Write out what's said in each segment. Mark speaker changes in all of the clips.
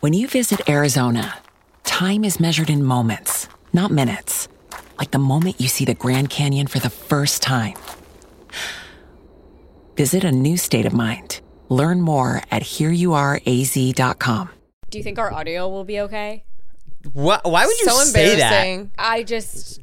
Speaker 1: When you visit Arizona, time is measured in moments, not minutes. Like the moment you see the Grand Canyon for the first time. Visit a new state of mind. Learn more at hereyouareaz.com.
Speaker 2: Do you think our audio will be okay?
Speaker 3: Why, why would you
Speaker 4: so
Speaker 3: say that?
Speaker 4: embarrassing.
Speaker 2: I just,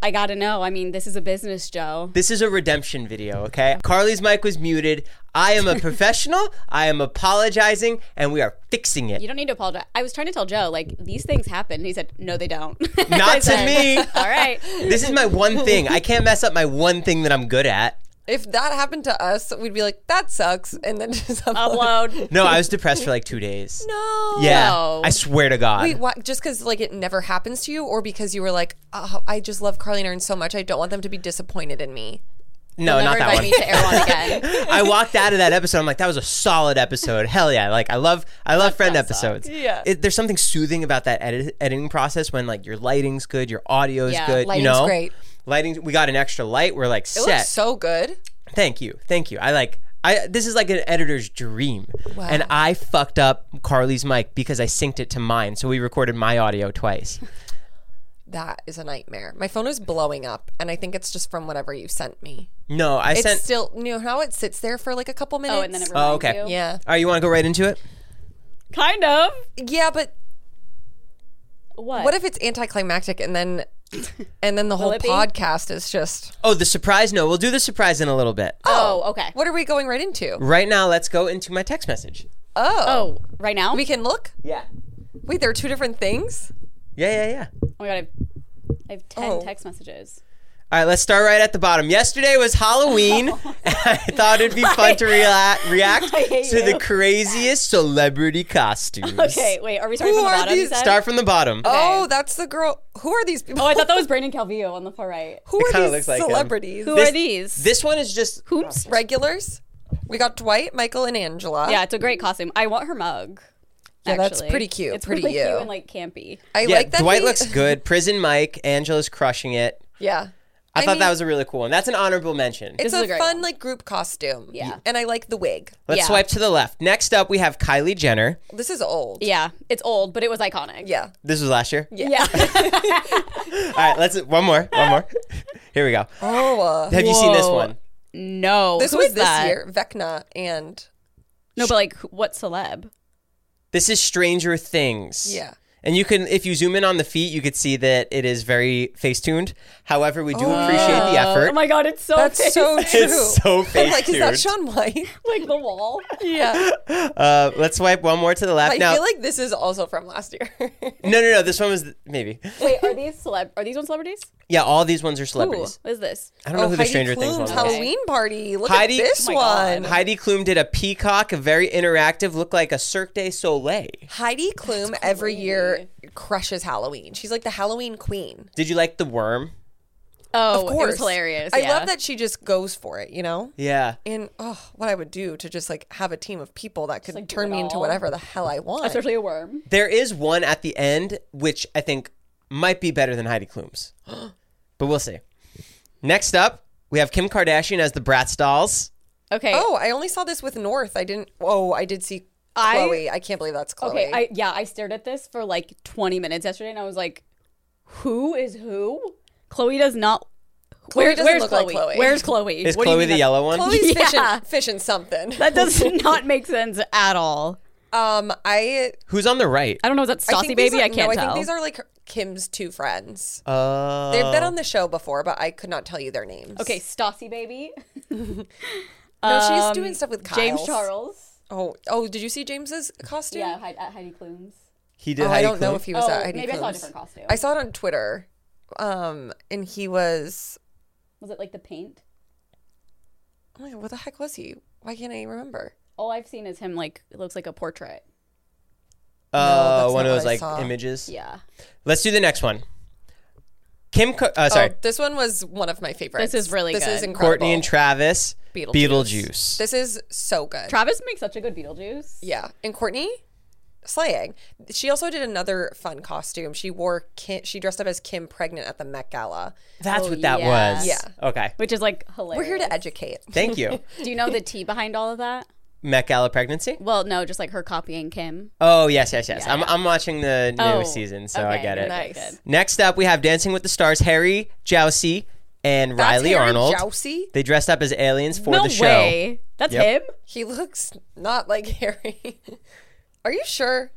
Speaker 2: I gotta know. I mean, this is a business, Joe.
Speaker 3: This is a redemption video, okay? Carly's mic was muted. I am a professional. I am apologizing, and we are fixing
Speaker 2: You
Speaker 3: it.
Speaker 2: don't need to apologize. I was trying to tell Joe, like, these things happen. And he said, no, they don't. I
Speaker 3: Not to
Speaker 2: said,
Speaker 3: me.
Speaker 2: All right.
Speaker 3: This is my one thing. I can't mess up my one thing that I'm good at.
Speaker 4: If that happened to us, we'd be like, "That sucks," and then just upload.
Speaker 2: Upload.
Speaker 3: No, I was depressed for like two days.
Speaker 4: No.
Speaker 3: Yeah,
Speaker 2: No.
Speaker 3: I swear to God.
Speaker 4: Wait, what? Just because like it never happens to you, or because you were like, oh, "I just love Carly and Aaron so much, I don't want them to be disappointed in me."
Speaker 3: no,
Speaker 2: Never
Speaker 3: not
Speaker 2: invite
Speaker 3: that one.
Speaker 2: me to Erewhon again.
Speaker 3: I walked out of that episode. I'm like, that was a solid episode. Hell yeah! Like, I love, I love friend episodes.
Speaker 4: Yeah.
Speaker 3: It- there's something soothing about that edit- editing process when like your lighting's good, your audio's
Speaker 2: Yeah,
Speaker 3: good.
Speaker 4: lighting's
Speaker 3: you know,
Speaker 4: great.
Speaker 3: Lighting. We got an extra light. We're like
Speaker 4: It
Speaker 3: set.
Speaker 4: looks so good.
Speaker 3: Thank you. Thank you. I like I this is like an editor's dream. And I fucked up Carly's mic because I synced it to mine, so we recorded my audio twice.
Speaker 4: That is a nightmare. My phone is blowing up, and I think it's just from whatever you sent me.
Speaker 3: No, I
Speaker 4: It's
Speaker 3: sent
Speaker 4: still, you know how it sits there for like a couple minutes.
Speaker 2: Oh, and then it reminds
Speaker 3: okay.
Speaker 2: you.
Speaker 4: yeah,
Speaker 3: All right, you want to go right into it?
Speaker 2: Kind of.
Speaker 4: yeah, but
Speaker 2: What?
Speaker 4: what if it's anticlimactic, and then, and then the whole
Speaker 2: it be?
Speaker 4: podcast is just,
Speaker 3: Oh, the surprise? No, we'll do the surprise in a little bit.
Speaker 2: Oh, okay.
Speaker 4: what are we going right into?
Speaker 3: Right now, let's go into my text message.
Speaker 4: Oh,
Speaker 2: Oh, right now?
Speaker 4: we can look.
Speaker 3: Yeah.
Speaker 4: Wait, there are two different things.
Speaker 3: Yeah, yeah, yeah.
Speaker 2: oh my God. I've, I have 10
Speaker 4: Oh.
Speaker 2: text messages.
Speaker 3: All right, let's start right at the bottom. Yesterday was Halloween. I thought it'd be fun to rela- react
Speaker 2: hate
Speaker 3: to the
Speaker 2: you.
Speaker 3: craziest celebrity costumes.
Speaker 2: Okay, wait. Are we starting
Speaker 4: Who
Speaker 2: from the
Speaker 4: are
Speaker 2: bottom? you
Speaker 4: these
Speaker 2: said?
Speaker 3: Start from the bottom.
Speaker 4: Oh, that's the girl. Who are these people?
Speaker 2: oh, I thought that was Brandon Calvillo on the far right.
Speaker 4: Who are
Speaker 3: kinda
Speaker 4: these
Speaker 3: looks like him.
Speaker 4: celebrities?
Speaker 2: Who
Speaker 3: This-
Speaker 2: are these?
Speaker 3: This one is just
Speaker 2: Whoops.
Speaker 4: Regulars. We got Dwight, Michael, and Angela.
Speaker 2: Yeah, it's a great costume. I want her mug.
Speaker 4: Yeah, that's
Speaker 2: actually.
Speaker 4: pretty cute,
Speaker 2: It's
Speaker 4: pretty
Speaker 2: really
Speaker 4: you.
Speaker 2: cute and like campy.
Speaker 4: I
Speaker 3: Yeah,
Speaker 4: like that.
Speaker 3: Dwight
Speaker 4: he-
Speaker 3: looks good. Prison Mike, Angela's crushing it.
Speaker 4: Yeah.
Speaker 3: I, thought that
Speaker 4: mean,
Speaker 3: was a really cool one. That's an honorable mention.
Speaker 4: It's
Speaker 2: is
Speaker 4: a,
Speaker 2: a great
Speaker 4: fun
Speaker 2: one.
Speaker 4: like group costume.
Speaker 2: Yeah.
Speaker 4: And I like the wig.
Speaker 3: Let's
Speaker 2: yeah.
Speaker 3: swipe to the left. Next up, we have Kylie Jenner.
Speaker 4: This is old.
Speaker 2: Yeah, it's old, but it was iconic.
Speaker 4: Yeah.
Speaker 3: This was last year.
Speaker 2: Yeah.
Speaker 3: All right, let's one more, one more. Here we go.
Speaker 4: Oh, uh,
Speaker 3: Have you seen this
Speaker 2: Whoa.
Speaker 3: one?
Speaker 2: no.
Speaker 4: this
Speaker 2: who
Speaker 4: was
Speaker 2: is
Speaker 4: this
Speaker 2: that?
Speaker 4: year. Vecna and
Speaker 2: No, but like who- what celeb?
Speaker 3: This is Stranger Things.
Speaker 4: Yeah.
Speaker 3: And you can, if you zoom in on the feet, you could see that it is very face tuned. However, we do appreciate the effort.
Speaker 2: Oh my god, it's so
Speaker 4: that's so true.
Speaker 3: it's so
Speaker 4: I'm
Speaker 3: face
Speaker 4: like, is
Speaker 3: tuned.
Speaker 4: that Sean White?
Speaker 2: like the wall.
Speaker 4: Yeah.
Speaker 3: uh, let's swipe one more to the left.
Speaker 4: I
Speaker 3: now,
Speaker 4: feel like this is also from last year.
Speaker 3: no, no, no. This one was maybe.
Speaker 2: Wait, are these celeb? Are these one celebrities?
Speaker 3: Yeah, all these ones are
Speaker 2: Ooh,
Speaker 3: celebrities.
Speaker 2: what is this?
Speaker 3: I
Speaker 4: Oh,
Speaker 3: don't know who the Stranger Things one
Speaker 4: Klum's
Speaker 3: was.
Speaker 4: Halloween party. Look
Speaker 3: Heidi-
Speaker 4: at this
Speaker 2: Oh my
Speaker 4: one.
Speaker 2: God.
Speaker 3: Heidi Klum did a peacock, a very interactive, looked like a Cirque du Soleil.
Speaker 4: Heidi Klum every year crushes Halloween. She's like the Halloween queen.
Speaker 3: Did you like the worm?
Speaker 2: Oh,
Speaker 4: Of course.
Speaker 2: it was hilarious.
Speaker 4: I
Speaker 2: yeah.
Speaker 4: love that she just goes for it, you know?
Speaker 3: Yeah.
Speaker 4: And oh, what I would do to just like have a team of people that could
Speaker 2: like, do
Speaker 4: turn
Speaker 2: it
Speaker 4: me into
Speaker 2: all.
Speaker 4: whatever the hell I want.
Speaker 2: Especially a worm.
Speaker 3: There is one at the end, which I think might be better than Heidi Klum's. but we'll see. Next up, we have Kim Kardashian as the Bratz dolls.
Speaker 2: Okay.
Speaker 4: Oh, I only saw this with North. I didn't. Oh, I did see
Speaker 2: I-
Speaker 4: Chloe. I can't believe that's Chloe.
Speaker 2: Okay, I yeah, I stared at this for like 20 minutes yesterday and I was like, who is who? Chloe does not Where-
Speaker 4: doesn't
Speaker 2: where's
Speaker 4: look
Speaker 2: Chloe?
Speaker 4: like Chloe.
Speaker 2: Where's Chloe?
Speaker 3: Is
Speaker 2: What do you
Speaker 3: Chloe
Speaker 2: mean
Speaker 3: the
Speaker 2: that-
Speaker 3: yellow one?
Speaker 4: Chloe's
Speaker 2: Yeah.
Speaker 4: fishing, fishing something.
Speaker 2: That does not make sense at all.
Speaker 4: Um, I.
Speaker 3: Who's on the right?
Speaker 2: I don't know, is that
Speaker 4: I
Speaker 2: Stassi
Speaker 4: think these
Speaker 2: baby?
Speaker 4: are-
Speaker 2: I can't
Speaker 4: no,
Speaker 2: tell.
Speaker 4: I think these are like Kim's two friends.
Speaker 3: Uh,
Speaker 4: They've been on the show before, but I could not tell you their names.
Speaker 2: okay, Stassi baby.
Speaker 4: No, she's
Speaker 2: Um,
Speaker 4: doing stuff with Kyle.
Speaker 2: James Charles.
Speaker 4: Oh, oh, did you see James's costume?
Speaker 2: Yeah, Heidi, at Heidi Klum's.
Speaker 3: he did
Speaker 4: Oh,
Speaker 3: Heidi
Speaker 4: I don't know
Speaker 3: Klum?
Speaker 4: if he was
Speaker 2: Oh,
Speaker 4: at Heidi
Speaker 2: maybe I saw a
Speaker 4: Klum's.
Speaker 2: different costume.
Speaker 4: I saw it on Twitter. Um, and he was
Speaker 2: Was it like the paint?
Speaker 4: oh my god, what the heck was he? Why can't I remember?
Speaker 2: All I've seen is him like it looks like a portrait.
Speaker 3: Uh,
Speaker 4: that's
Speaker 3: one
Speaker 4: not
Speaker 3: of
Speaker 4: what
Speaker 3: those
Speaker 4: I
Speaker 3: like
Speaker 4: saw.
Speaker 3: images.
Speaker 2: Yeah.
Speaker 3: Let's do the next one. Kim, Ka- uh, sorry,
Speaker 4: Oh, this one was one of my favorites.
Speaker 2: This is really
Speaker 4: This
Speaker 2: good.
Speaker 4: is incredible.
Speaker 3: Courtney and Travis,
Speaker 4: Beetlejuice.
Speaker 3: Beetlejuice.
Speaker 4: This is so good.
Speaker 2: Travis makes such a good Beetlejuice.
Speaker 4: yeah, and Courtney slaying. She also did another fun costume. She wore Kim, she dressed up as Kim pregnant at the Met Gala.
Speaker 3: That's
Speaker 2: Oh,
Speaker 3: what that
Speaker 2: yeah.
Speaker 3: was.
Speaker 4: Yeah.
Speaker 3: Okay.
Speaker 2: Which is like hilarious.
Speaker 4: We're here to educate.
Speaker 3: Thank you.
Speaker 2: Do you know the tea behind all of that?
Speaker 3: Met Gala pregnancy?
Speaker 2: Well, no, just like her copying Kim. Oh,
Speaker 3: Oh, yes, yes, yes. I'm, I'm watching the new season, so I
Speaker 2: okay,
Speaker 3: get it.
Speaker 4: Oh, Nice.
Speaker 2: Good.
Speaker 3: Next up, we have Dancing with the Stars, Harry Jowsey and
Speaker 4: That's
Speaker 3: Riley
Speaker 4: Harry
Speaker 3: Arnold.
Speaker 4: Jousey?
Speaker 3: They dressed up as aliens for
Speaker 2: no
Speaker 3: the show.
Speaker 2: way. That's
Speaker 3: Yep.
Speaker 2: him.
Speaker 4: He looks not like Harry. Are you sure?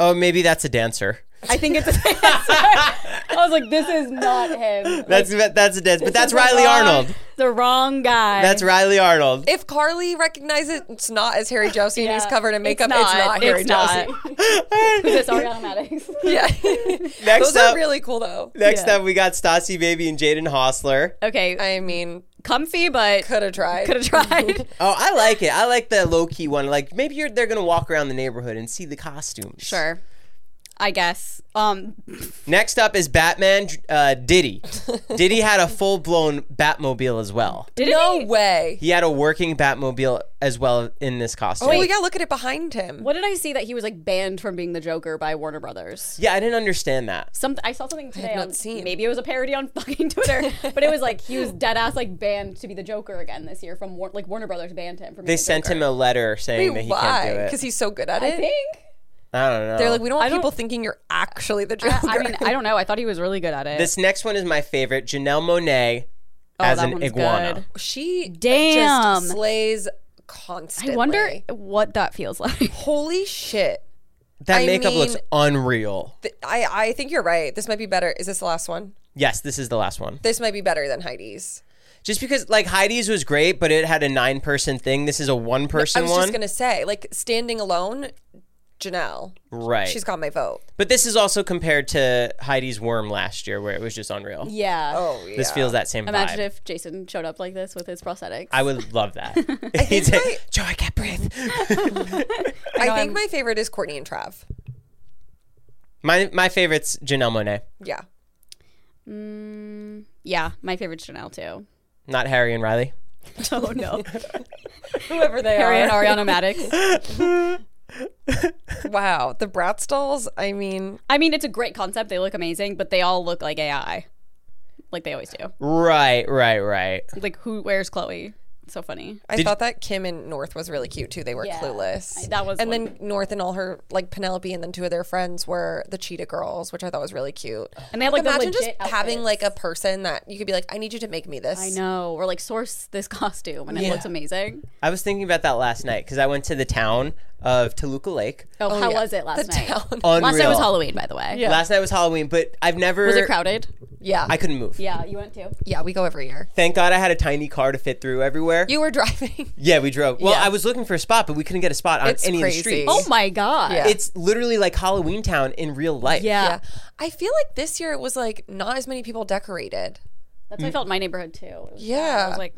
Speaker 3: Oh, maybe that's a dancer.
Speaker 2: I think it's. I was like, this is not him.
Speaker 3: That's that- that's a dancer, but that's
Speaker 2: This is the
Speaker 3: Riley
Speaker 2: wrong-
Speaker 3: Arnold.
Speaker 2: The wrong guy.
Speaker 3: That's Riley Arnold.
Speaker 4: If Carly recognizes it's not as Harry Josie and he's
Speaker 2: Yeah.
Speaker 4: covered in makeup, it's not, Harry
Speaker 2: it's
Speaker 4: Josie.
Speaker 2: not. Who's this? Ariana Maddox.
Speaker 4: Yeah.
Speaker 3: Next
Speaker 4: Those
Speaker 3: up,
Speaker 4: are really cool though.
Speaker 3: next
Speaker 2: Yeah.
Speaker 3: up, we got Stassi Baby and Jaden Hostler.
Speaker 2: Okay,
Speaker 4: I mean,
Speaker 2: comfy, but
Speaker 4: could have tried.
Speaker 2: could have tried.
Speaker 3: Oh, I like it. I like the low key one. Like maybe you're, they're gonna walk around the neighborhood and see the costumes.
Speaker 2: sure, I guess. Um,
Speaker 3: Next up is Batman uh, Diddy. Diddy had a full blown Batmobile as well.
Speaker 2: did
Speaker 4: no
Speaker 2: he?
Speaker 4: way.
Speaker 3: He had a working Batmobile as well in this costume.
Speaker 4: Oh, we gotta look at it behind him.
Speaker 2: What did I see that he was like banned from being the Joker by Warner Brothers?
Speaker 3: Yeah, I didn't understand that.
Speaker 2: Some I saw something today.
Speaker 4: not
Speaker 2: on,
Speaker 4: seen.
Speaker 2: Maybe it was a parody on fucking Twitter, but it was like he was dead ass like banned to be the Joker again this year from War- like Warner Brothers banned him from.
Speaker 3: They sent him a letter saying that
Speaker 4: Wait,
Speaker 3: he can't do
Speaker 4: why?
Speaker 3: it.
Speaker 4: Because he's so good at
Speaker 2: I
Speaker 4: it.
Speaker 2: think.
Speaker 3: I don't know.
Speaker 4: They're like, we don't want
Speaker 2: don't-
Speaker 4: people thinking you're actually the Joker.
Speaker 2: I mean, I don't know. I thought he was really good at it.
Speaker 3: this next one is my favorite. Janelle Monet
Speaker 4: Oh,
Speaker 3: as
Speaker 2: that
Speaker 3: an
Speaker 2: one's
Speaker 3: iguana.
Speaker 2: good.
Speaker 4: she
Speaker 2: Damn.
Speaker 4: just slays constantly.
Speaker 2: I wonder what that feels like.
Speaker 4: Holy shit.
Speaker 3: That
Speaker 4: I
Speaker 3: makeup looks
Speaker 4: mean-
Speaker 3: unreal.
Speaker 4: Th- I I think you're right. This might be better. Is this the last one?
Speaker 3: Yes, this is the last one.
Speaker 4: This might be better than Heidi's.
Speaker 3: Just because like Heidi's was great, but it had a nine person thing. This is a one
Speaker 4: I
Speaker 3: person
Speaker 4: was
Speaker 3: one.
Speaker 4: just gonna say, like standing alone, Janelle.
Speaker 3: right.
Speaker 4: She's got my vote.
Speaker 3: but this is also compared to Heidi's worm last year where it was just unreal.
Speaker 2: Yeah.
Speaker 4: Oh yeah.
Speaker 3: This feels that same
Speaker 2: Imagine
Speaker 3: vibe.
Speaker 2: if Jason showed up like this with his prosthetics.
Speaker 3: I would love that. He'd say, Joe, I can't breathe.
Speaker 4: I think my favorite is Courtney and Trav.
Speaker 3: my my favorite's Janelle Monet.
Speaker 4: Yeah.
Speaker 2: yeah, my favorite's Chanel too.
Speaker 3: Not Harry and Riley.
Speaker 2: Oh no,
Speaker 4: Whoever they
Speaker 2: Harry and Ariana Maddox.
Speaker 4: Wow. The Bratz dolls, I mean,
Speaker 2: I mean, it's a great concept. They look amazing, but they all look like AI, like they always do.
Speaker 3: Right, right, right.
Speaker 2: Like who wears Chloe? It's so funny.
Speaker 4: I thought that Kim and North was really cute too. They were
Speaker 2: Yeah.
Speaker 4: clueless.
Speaker 2: I- that was
Speaker 4: and
Speaker 2: one-
Speaker 4: then North and all her like Penelope and then two of their friends were the Cheetah Girls, which I thought was really cute.
Speaker 2: And they have like the
Speaker 4: Imagine just
Speaker 2: legit
Speaker 4: having
Speaker 2: outfits.
Speaker 4: like a person that you could be like, I need you to make me this.
Speaker 2: I know, or like source this costume, and it looks amazing.
Speaker 3: I was thinking about that last night because I went to the town of Toluca Lake.
Speaker 2: Oh, how
Speaker 4: yeah.
Speaker 2: was it last
Speaker 4: The
Speaker 2: night?
Speaker 4: town.
Speaker 3: Unreal. Er,
Speaker 2: Last night was Halloween, by the way. Yeah.
Speaker 3: Last night was Halloween, but I've never.
Speaker 2: Was it crowded?
Speaker 4: Yeah.
Speaker 3: I couldn't move.
Speaker 2: Yeah, you went too.
Speaker 4: yeah, we go every year.
Speaker 3: Thank God I had a tiny car to fit through everywhere.
Speaker 4: You were driving.
Speaker 3: yeah, we drove. Well,
Speaker 4: Yeah.
Speaker 3: I was looking for a spot, but we couldn't get a spot on
Speaker 4: It's
Speaker 3: any
Speaker 4: crazy.
Speaker 3: of the streets.
Speaker 2: Oh my god.
Speaker 4: Yeah.
Speaker 3: It's literally like Halloween Town in real life.
Speaker 2: Yeah.
Speaker 4: yeah. I feel like this year it was like not as many people decorated.
Speaker 2: That's how I felt in my neighborhood too. It was- I
Speaker 4: Yeah.
Speaker 2: was like,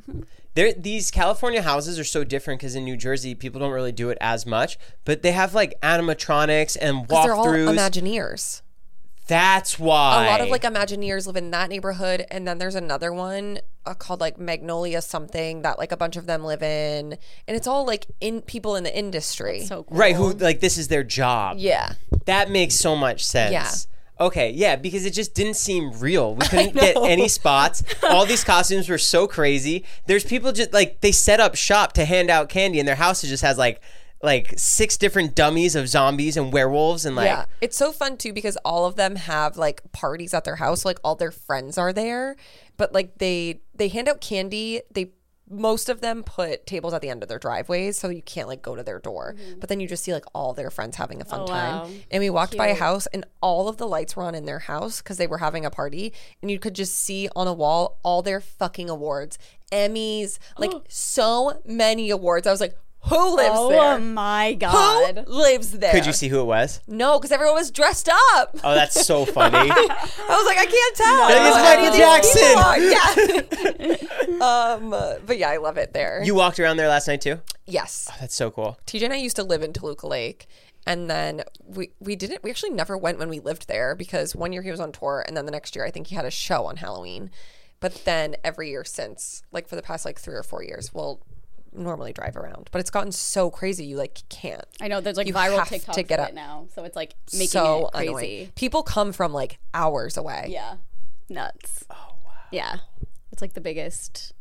Speaker 3: There, these California houses are so different because in New Jersey, people don't really do it as much, but they have like animatronics and
Speaker 4: They're all
Speaker 3: walkthroughs.
Speaker 4: Imagineers.
Speaker 3: That's why.
Speaker 4: a lot of like Imagineers live in that neighborhood, and then there's another one uh, called like Magnolia something that like a bunch of them live in, and it's all like in people in the industry.
Speaker 2: so cool.
Speaker 3: Right, who like this is their job.
Speaker 4: yeah,
Speaker 3: That makes so much sense.
Speaker 4: Yeah.
Speaker 3: Okay, yeah, because it just didn't seem real. We couldn't get any spots. All these costumes were so crazy. There's people just like they set up shop to hand out candy and their house just has like like six different dummies of zombies and werewolves and like
Speaker 4: yeah, it's so fun too because all of them have like parties at their house, like all their friends are there, but like they they hand out candy. They most of them put tables at the end of their driveways, so you can't like go to their door. But then you just see like all their friends having a fun time.
Speaker 2: Mm-hmm. Oh, wow.
Speaker 4: And we walked by a house, and all of the lights were on in their house because they were having a party, and you could just see on a wall all their fucking awards, Emmys, like so many awards. I was like, who lives
Speaker 2: Oh
Speaker 4: there?
Speaker 2: my
Speaker 4: who
Speaker 2: god.
Speaker 4: lives there?
Speaker 3: could you see who it was?
Speaker 4: No, because everyone was dressed up.
Speaker 3: Oh, that's so funny.
Speaker 4: I was like, I can't tell. I
Speaker 3: think it's Michael
Speaker 4: Jackson. Yeah. um, uh, but yeah, I love it there.
Speaker 3: you walked around there last night too?
Speaker 4: yes.
Speaker 3: That's so cool.
Speaker 4: TJ and I used to live in Toluca Lake. And then we, we didn't, we actually never went when we lived there because one year he was on tour. And then the next year, I think he had a show on Halloween. But then every year since, like for the past like three or four years, we'll normally drive around. But it's gotten so crazy, you like can't.
Speaker 2: I know there's like
Speaker 4: You
Speaker 2: viral
Speaker 4: have to
Speaker 2: TikToks
Speaker 4: get
Speaker 2: of
Speaker 4: up.
Speaker 2: it now, so it's like making
Speaker 4: so
Speaker 2: it crazy.
Speaker 4: annoying. People come from like hours away.
Speaker 2: Yeah, nuts. Oh wow. Yeah, it's like the biggest.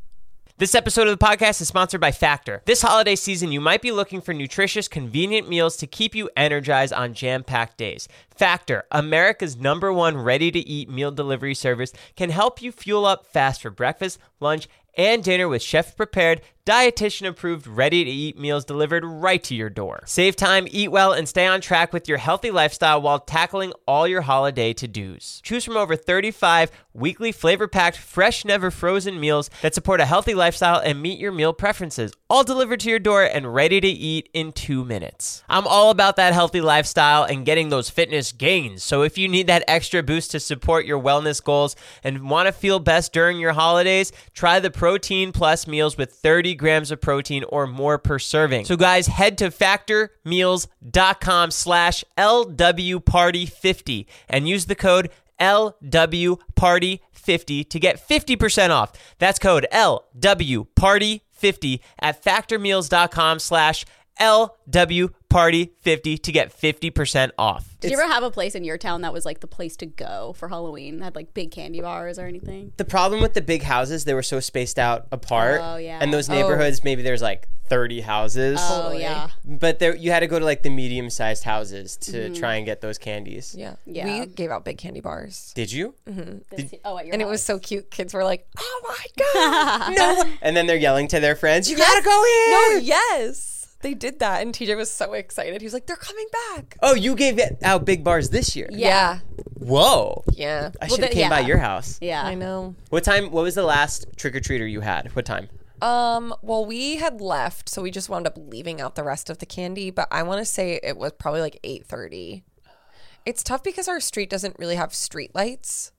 Speaker 3: This episode of the podcast is sponsored by Factor. This holiday season, you might be looking for nutritious, convenient meals to keep you energized on jam packed days. Factor, America's number one ready to eat meal delivery service, can help you fuel up fast for breakfast, lunch, and dinner with chef prepared, dietitian approved, ready to eat meals delivered right to your door. Save time, eat well, and stay on track with your healthy lifestyle while tackling all your holiday to dos. Choose from over 35 weekly flavor packed, fresh, never frozen meals that support a healthy lifestyle and meet your meal preferences, all delivered to your door and ready to eat in two minutes. I'm all about that healthy lifestyle and getting those fitness gains. So if you need that extra boost to support your wellness goals and want to feel best during your holidays, try the Protein Plus meals with 30 grams of protein or more per serving. So guys, head to factormeals.com slash LWParty50 and use the code LWParty50 to get 50% off. That's code LWParty50 at factormeals.com slash LWParty50 to get 50% off.
Speaker 2: Did you ever have a place in your town that was like the place to go for Halloween? Had like big candy bars or anything?
Speaker 5: The problem with the big houses, they were so spaced out apart.
Speaker 2: Oh, yeah.
Speaker 5: And those neighborhoods, maybe there's like 30 houses.
Speaker 2: Oh yeah.
Speaker 5: But there, you had to go to like the medium sized houses to try and get those candies.
Speaker 4: Mm-hmm. Yeah. Mm-hmm.
Speaker 2: Yeah.
Speaker 4: We gave out big candy bars.
Speaker 5: Did you?
Speaker 2: This- oh, at your
Speaker 4: And it
Speaker 2: house.
Speaker 4: was so cute. Kids were like, oh my God.
Speaker 5: And then they're yelling to their friends, you gotta go in!
Speaker 4: no, yes. They did that. And TJ was so excited. He was like, they're coming back.
Speaker 5: Oh, you gave out big bars this year.
Speaker 4: Yeah.
Speaker 5: Whoa.
Speaker 4: Yeah.
Speaker 5: I should have
Speaker 2: the-
Speaker 5: came by
Speaker 2: yeah.
Speaker 5: your house.
Speaker 2: yeah.
Speaker 4: I know.
Speaker 5: What time? What was the last trick or treater you had? What time?
Speaker 4: Um, well, we had left, so we just wound up leaving out the rest of the candy, but I want to say it was probably like 8:30. It's tough because our street doesn't really have street lights.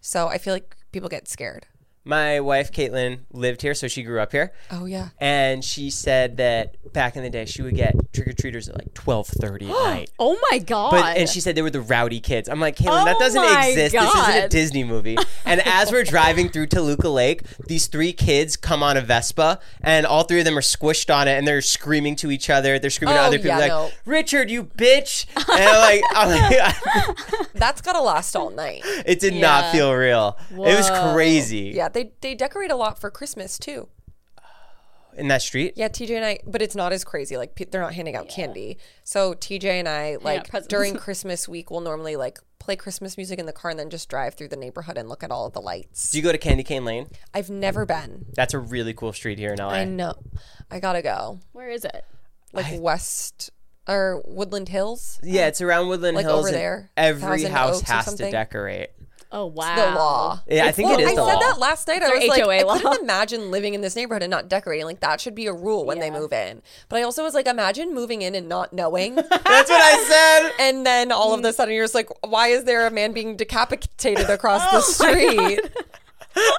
Speaker 4: So I feel like people get scared.
Speaker 5: My wife Caitlin lived here, so she grew up here,
Speaker 4: Oh yeah.
Speaker 5: and she said that back in the day she would get trick or treaters at like twelve thirty at night.
Speaker 2: Oh my god.
Speaker 5: But, and she said they were the rowdy kids. I'm like, Caitlin, that
Speaker 2: Oh
Speaker 5: doesn't
Speaker 2: my
Speaker 5: exist. This isn't a
Speaker 2: God.
Speaker 5: Disney movie. And as we're driving through Toluca Lake, these three kids come on a Vespa, and all three of them are squished on it, and they're screaming to each other. They're screaming to
Speaker 4: Oh,
Speaker 5: other people,
Speaker 4: yeah,
Speaker 5: like,
Speaker 4: no.
Speaker 5: "Richard, you bitch!" And I'm like, I'm like
Speaker 4: That's got to last all night.
Speaker 5: it did not feel real. It was crazy
Speaker 4: Yeah, they they decorate a lot for Christmas too.
Speaker 5: in that street.
Speaker 4: Yeah, TJ and I, but it's not as crazy. Like pe- they're not handing out candy. So TJ and I, like
Speaker 2: presents.
Speaker 4: during Christmas week, we'll normally like play Christmas music in the car and then just drive through the neighborhood and look at all of the lights.
Speaker 5: Do you go to Candy Cane Lane?
Speaker 4: I've never been.
Speaker 5: That's a really cool street here in LA.
Speaker 4: I know. I gotta go.
Speaker 2: Where is it?
Speaker 4: Like West or Woodland Hills.
Speaker 5: Yeah, it's around Woodland
Speaker 4: Like
Speaker 5: Hills.
Speaker 4: over
Speaker 5: and
Speaker 4: there,
Speaker 5: every
Speaker 4: Thousand
Speaker 5: house
Speaker 4: Oaks or
Speaker 5: has to
Speaker 4: something?
Speaker 5: decorate.
Speaker 2: Oh wow.
Speaker 4: The law. Oh,
Speaker 5: Yeah, I think it is
Speaker 4: I
Speaker 5: the
Speaker 4: said
Speaker 5: law.
Speaker 4: that last night. I
Speaker 2: their
Speaker 4: was like,
Speaker 2: HOA
Speaker 4: I
Speaker 2: law.
Speaker 4: couldn't imagine living in this neighborhood and not decorating. Like that should be a rule when they move in. But I also was like, imagine moving in and not knowing.
Speaker 5: That's what I said.
Speaker 4: and then all
Speaker 2: Mm.
Speaker 4: of a sudden you're just like, why is there a man being decapitated across the street?
Speaker 2: Oh,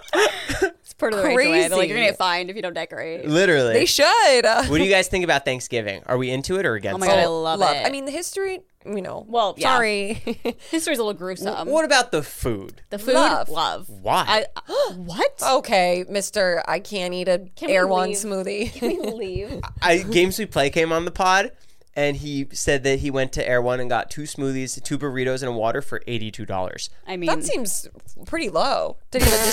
Speaker 2: It's part of the crazy. They're like you're gonna
Speaker 4: Crazy.
Speaker 2: get fined if you don't decorate.
Speaker 5: Literally.
Speaker 4: They should.
Speaker 5: What do you guys think about Thanksgiving? Are we into it or against
Speaker 2: Oh my God, I
Speaker 5: it?
Speaker 2: love, it.
Speaker 4: I mean, the history. You know.
Speaker 2: Well, yeah.
Speaker 4: sorry.
Speaker 2: history's a little gruesome.
Speaker 5: what about the food?
Speaker 2: the food,
Speaker 4: Love.
Speaker 2: love.
Speaker 5: Why?
Speaker 2: I- what?
Speaker 4: okay, Mister. I can't eat a
Speaker 2: we
Speaker 4: air one
Speaker 2: leave?
Speaker 4: smoothie.
Speaker 2: Can we leave?
Speaker 5: I, Games We Play came on the pod and he said that he went to Air One and got two smoothies, two burritos, and a water for $82.
Speaker 2: I mean,
Speaker 4: That seems pretty low. Did he have a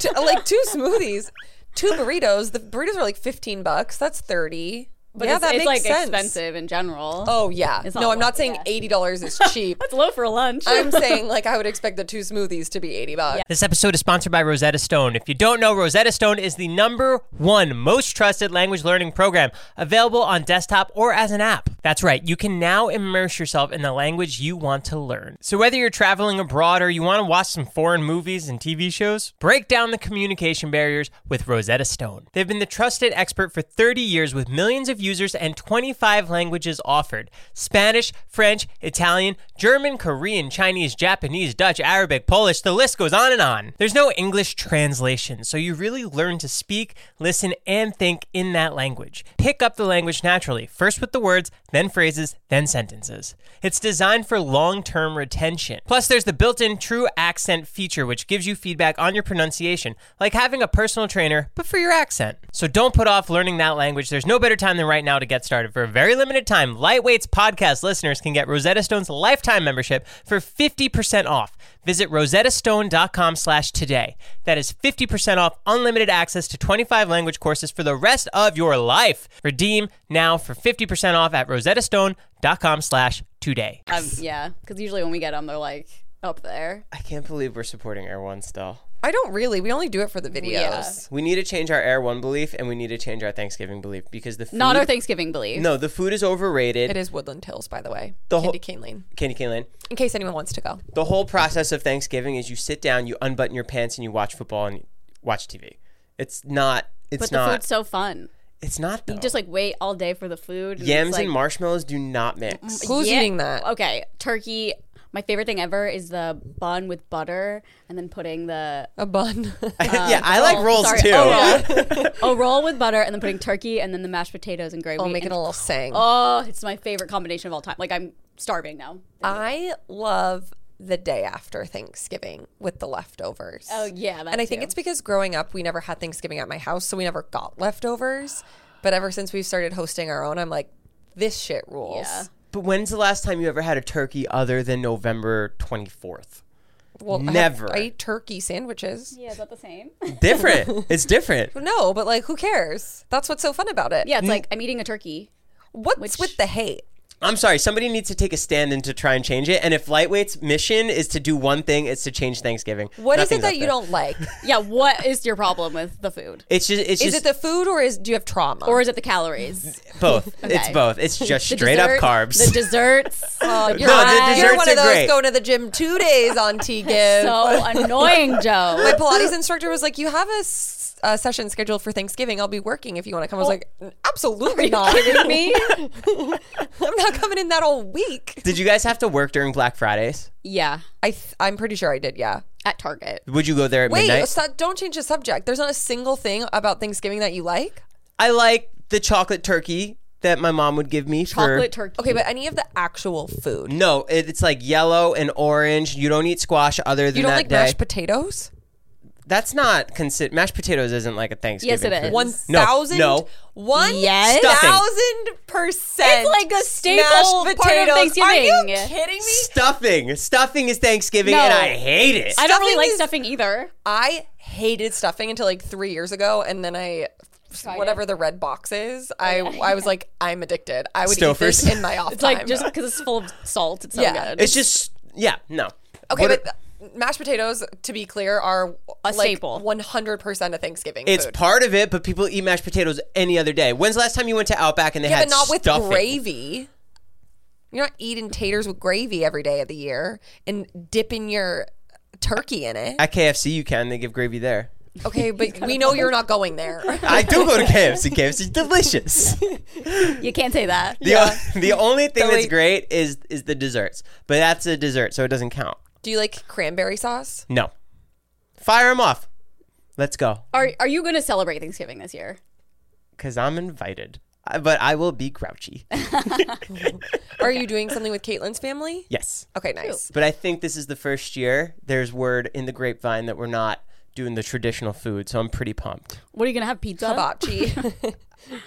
Speaker 4: T- like two smoothies, two burritos. The burritos are like fifteen bucks. That's thirty.
Speaker 2: but
Speaker 4: yeah,
Speaker 2: it's,
Speaker 4: that
Speaker 2: it's,
Speaker 4: makes
Speaker 2: like
Speaker 4: sense.
Speaker 2: expensive in general.
Speaker 4: Oh yeah.
Speaker 2: It's not
Speaker 4: No, I'm not
Speaker 2: worth it,
Speaker 4: saying
Speaker 2: yeah.
Speaker 4: eighty dollars is cheap.
Speaker 2: it's low for a lunch.
Speaker 4: I'm saying like I would expect the two smoothies to be eighty bucks.
Speaker 3: This episode is sponsored by Rosetta Stone. If you don't know, Rosetta Stone is the number one most trusted language learning program available on desktop or as an app. That's right, you can now immerse yourself in the language you want to learn. So, whether you're traveling abroad or you want to watch some foreign movies and TV shows, break down the communication barriers with Rosetta Stone. They've been the trusted expert for 30 years with millions of users and 25 languages offered Spanish, French, Italian, German, Korean, Chinese, Japanese, Dutch, Arabic, Polish, the list goes on and on. There's no English translation, so you really learn to speak, listen, and think in that language. Pick up the language naturally, first with the words,
Speaker 6: then phrases, then sentences. It's designed for long term retention. Plus, there's the built in true accent feature, which gives you feedback on your pronunciation, like having a personal trainer, but for your accent. So don't put off learning that language. There's no better time than right now to get started. For a very limited time, Lightweight's podcast listeners can get Rosetta Stone's lifetime membership for 50% off. Visit rosettastone.com slash today. That is 50% off unlimited access to 25 language courses for the rest of your life. Redeem now for 50% off at rosettastone.com slash today.
Speaker 2: Um, yeah, because usually when we get them, they're like up there.
Speaker 3: I can't believe we're supporting Air One still.
Speaker 4: I don't really. We only do it for the videos.
Speaker 3: We need to change our Air One belief and we need to change our Thanksgiving belief because the food,
Speaker 2: Not our Thanksgiving belief.
Speaker 3: no, the food is overrated.
Speaker 4: It is Woodland Hills, by the way.
Speaker 3: The
Speaker 4: The
Speaker 3: whole-
Speaker 4: Candy Cane Lane.
Speaker 3: Candy cane lane.
Speaker 4: In case anyone wants to go.
Speaker 3: The whole process of Thanksgiving is you sit down, you unbutton your pants, and you watch football and watch TV. It's not. It's
Speaker 2: but the
Speaker 3: not.
Speaker 2: food's so fun.
Speaker 3: it's not though.
Speaker 2: You just like wait all day for the food. and it's
Speaker 3: Yams
Speaker 2: like-
Speaker 3: and marshmallows do not mix.
Speaker 4: Who's
Speaker 2: Yeah. Oh.
Speaker 4: eating that?
Speaker 2: Okay, turkey. My favorite thing ever is the bun with butter and then putting the
Speaker 4: A bun.
Speaker 3: yeah, I like
Speaker 2: roll.
Speaker 3: rolls
Speaker 2: Sorry.
Speaker 3: too.
Speaker 2: Oh, a roll with butter and then putting turkey and then the mashed potatoes and gravy.
Speaker 4: I'll make it
Speaker 2: and-
Speaker 4: a little saying.
Speaker 2: Oh, it's my favorite combination of all time. Like I'm starving now.
Speaker 4: I love the day after Thanksgiving with the leftovers.
Speaker 2: Oh yeah, that
Speaker 4: and I think
Speaker 2: too.
Speaker 4: it's because growing up, we never had Thanksgiving at my house, so we never got leftovers. But ever since we've started hosting our own, I'm like, this shit rules.
Speaker 2: Yeah.
Speaker 3: But when's the last time you ever had a turkey other than November 24th?
Speaker 4: Well, I have-
Speaker 3: Never.
Speaker 4: I, eat turkey sandwiches.
Speaker 2: yeah. Is that the same?
Speaker 3: Different. it's different.
Speaker 4: No, but like, who cares? That's what's so fun about it.
Speaker 2: yeah, it's like I'm eating a turkey.
Speaker 4: What's
Speaker 2: Which-
Speaker 4: with the hate?
Speaker 3: I'm sorry. Somebody needs to take a stand and to try and change it. And if Lightweight's mission is to do one thing, it's to change Thanksgiving.
Speaker 4: What is
Speaker 3: Nothing's
Speaker 4: it
Speaker 3: up
Speaker 4: that you
Speaker 3: there.
Speaker 4: don't like?
Speaker 2: Yeah. What is your problem with the food?
Speaker 3: It's just. It's
Speaker 4: is
Speaker 3: just
Speaker 4: it the food or is do you have trauma?
Speaker 2: Or is it the calories?
Speaker 3: both. It's
Speaker 2: Okay.
Speaker 3: both. It's just
Speaker 2: The
Speaker 3: straight
Speaker 2: dessert-
Speaker 3: up carbs.
Speaker 2: The desserts.
Speaker 4: Oh, you're,
Speaker 3: No, the
Speaker 4: right. You're
Speaker 3: desserts
Speaker 4: one of
Speaker 3: are
Speaker 4: those
Speaker 3: great.
Speaker 4: going to the gym two days on T give.
Speaker 2: so annoying, Joe.
Speaker 4: my Pilates instructor was like, "You have a, s- a session scheduled for Thanksgiving. I'll be working if you want to come." I was like, "Absolutely not.
Speaker 2: Oh. kidding me?
Speaker 4: I'm not coming in that whole week."
Speaker 3: Did you guys have to work during Black Fridays?
Speaker 2: yeah.
Speaker 4: I th- I'm pretty sure I did. Yeah.
Speaker 2: At Target.
Speaker 3: Would you go there at
Speaker 4: Wait,
Speaker 3: midnight?
Speaker 4: so- don't change the subject. There's not a single thing about Thanksgiving that you like.
Speaker 3: I like the chocolate turkey that my mom would give me.
Speaker 2: Chocolate
Speaker 3: for,
Speaker 2: turkey.
Speaker 4: Okay, but any of the actual food.
Speaker 3: No, it, it's like yellow and orange. You don't eat squash other than
Speaker 4: You don't
Speaker 3: that
Speaker 4: like
Speaker 3: day.
Speaker 4: mashed potatoes?
Speaker 3: That's not consider mashed potatoes isn't like a Thanksgiving.
Speaker 2: Yes, it
Speaker 3: food.
Speaker 2: is.
Speaker 4: One
Speaker 3: No,
Speaker 4: thousand,
Speaker 3: no.
Speaker 4: one
Speaker 2: Yes.
Speaker 4: thousand percent.
Speaker 2: It's like a staple part of
Speaker 4: Mashed potatoes. Are you
Speaker 2: Thanksgiving.
Speaker 4: kidding me?
Speaker 3: Stuffing. Stuffing is Thanksgiving,
Speaker 2: No.
Speaker 3: and I hate it.
Speaker 2: I don't really like
Speaker 4: stuffing is-
Speaker 2: stuffing either.
Speaker 4: I hated stuffing until like three years ago, and then I, whatever the red box is, I I was like, I'm addicted. I would eat
Speaker 3: Stouffer's.
Speaker 4: this in my off
Speaker 2: It's
Speaker 4: time.
Speaker 2: like just because it's full of salt, it's so
Speaker 4: Yeah.
Speaker 2: good.
Speaker 3: it's just yeah, no.
Speaker 4: okay,
Speaker 3: What-
Speaker 4: but uh, mashed potatoes, to be clear, are
Speaker 2: A staple.
Speaker 4: One hundred percent of Thanksgiving
Speaker 3: it's
Speaker 4: food.
Speaker 3: part of it. But people eat mashed potatoes any other day. When's the last time you went to Outback and they
Speaker 4: yeah,
Speaker 3: had
Speaker 4: but not with
Speaker 3: stuffing?
Speaker 4: gravy. You're not eating taters with gravy every day of the year and dipping your turkey in it.
Speaker 3: At KFC, you can. They give gravy there.
Speaker 4: Okay, but we know you're not going there.
Speaker 3: I do go to KFC. KFC is delicious.
Speaker 2: you can't say that.
Speaker 3: The, the only thing that's
Speaker 4: Delete.
Speaker 3: great is is the desserts, but that's a dessert, so it doesn't count.
Speaker 4: Do you like cranberry sauce?
Speaker 3: No, fire them off. Let's go,
Speaker 2: Are are you gonna celebrate Thanksgiving this year?
Speaker 3: cause I'm invited, I- but I will be grouchy.
Speaker 4: Are you doing something with Caitlin's family?
Speaker 3: yes,
Speaker 4: Okay, nice.
Speaker 3: but I think this is the first year there's word in the grapevine that we're not doing the traditional food, so I'm pretty pumped.
Speaker 2: What are you gonna have pizza?
Speaker 4: Hibachi.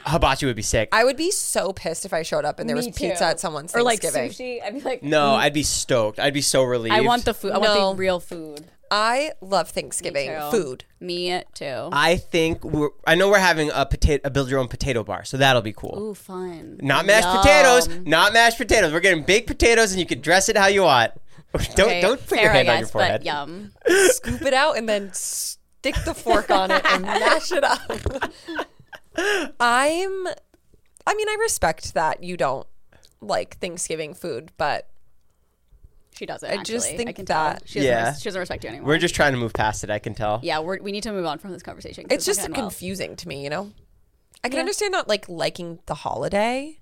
Speaker 3: Hibachi would be sick.
Speaker 4: I would be so pissed if I showed up and there
Speaker 2: Me
Speaker 4: was pizza
Speaker 2: too.
Speaker 4: at someone's
Speaker 2: Or like
Speaker 4: Thanksgiving.
Speaker 2: sushi? I'd be like,
Speaker 3: no, I'd be stoked. I'd be so relieved.
Speaker 2: Mm. I want the food. I want
Speaker 4: No.
Speaker 2: the real food.
Speaker 4: I love Thanksgiving
Speaker 2: too.
Speaker 4: food.
Speaker 2: Me too.
Speaker 3: I think we're. I know we're having a potato, a build your own potato bar, so that'll be cool.
Speaker 2: Ooh, fun.
Speaker 3: Not mashed
Speaker 2: Yum.
Speaker 3: potatoes. Not mashed potatoes. We're getting baked potatoes, and you can dress it how you want. don't
Speaker 2: Okay,
Speaker 3: don't put
Speaker 2: fair,
Speaker 3: your hand
Speaker 2: I
Speaker 3: on your
Speaker 2: guess,
Speaker 3: forehead.
Speaker 2: But yum.
Speaker 4: Scoop it out and then stick the fork on it and mash it up. I'm I mean, I respect that you don't like Thanksgiving food, but
Speaker 2: She doesn't.
Speaker 4: I just
Speaker 2: actually.
Speaker 4: think
Speaker 2: I can
Speaker 4: that-
Speaker 2: tell. she doesn't,
Speaker 3: Yeah.
Speaker 2: res- she doesn't respect you anymore.
Speaker 3: We're just trying to move past it. I can tell.
Speaker 2: yeah, we're, we need to move on from this conversation. 'cause
Speaker 4: it's just
Speaker 2: not gonna end
Speaker 4: confusing to me, you know? I can understand not like liking the holiday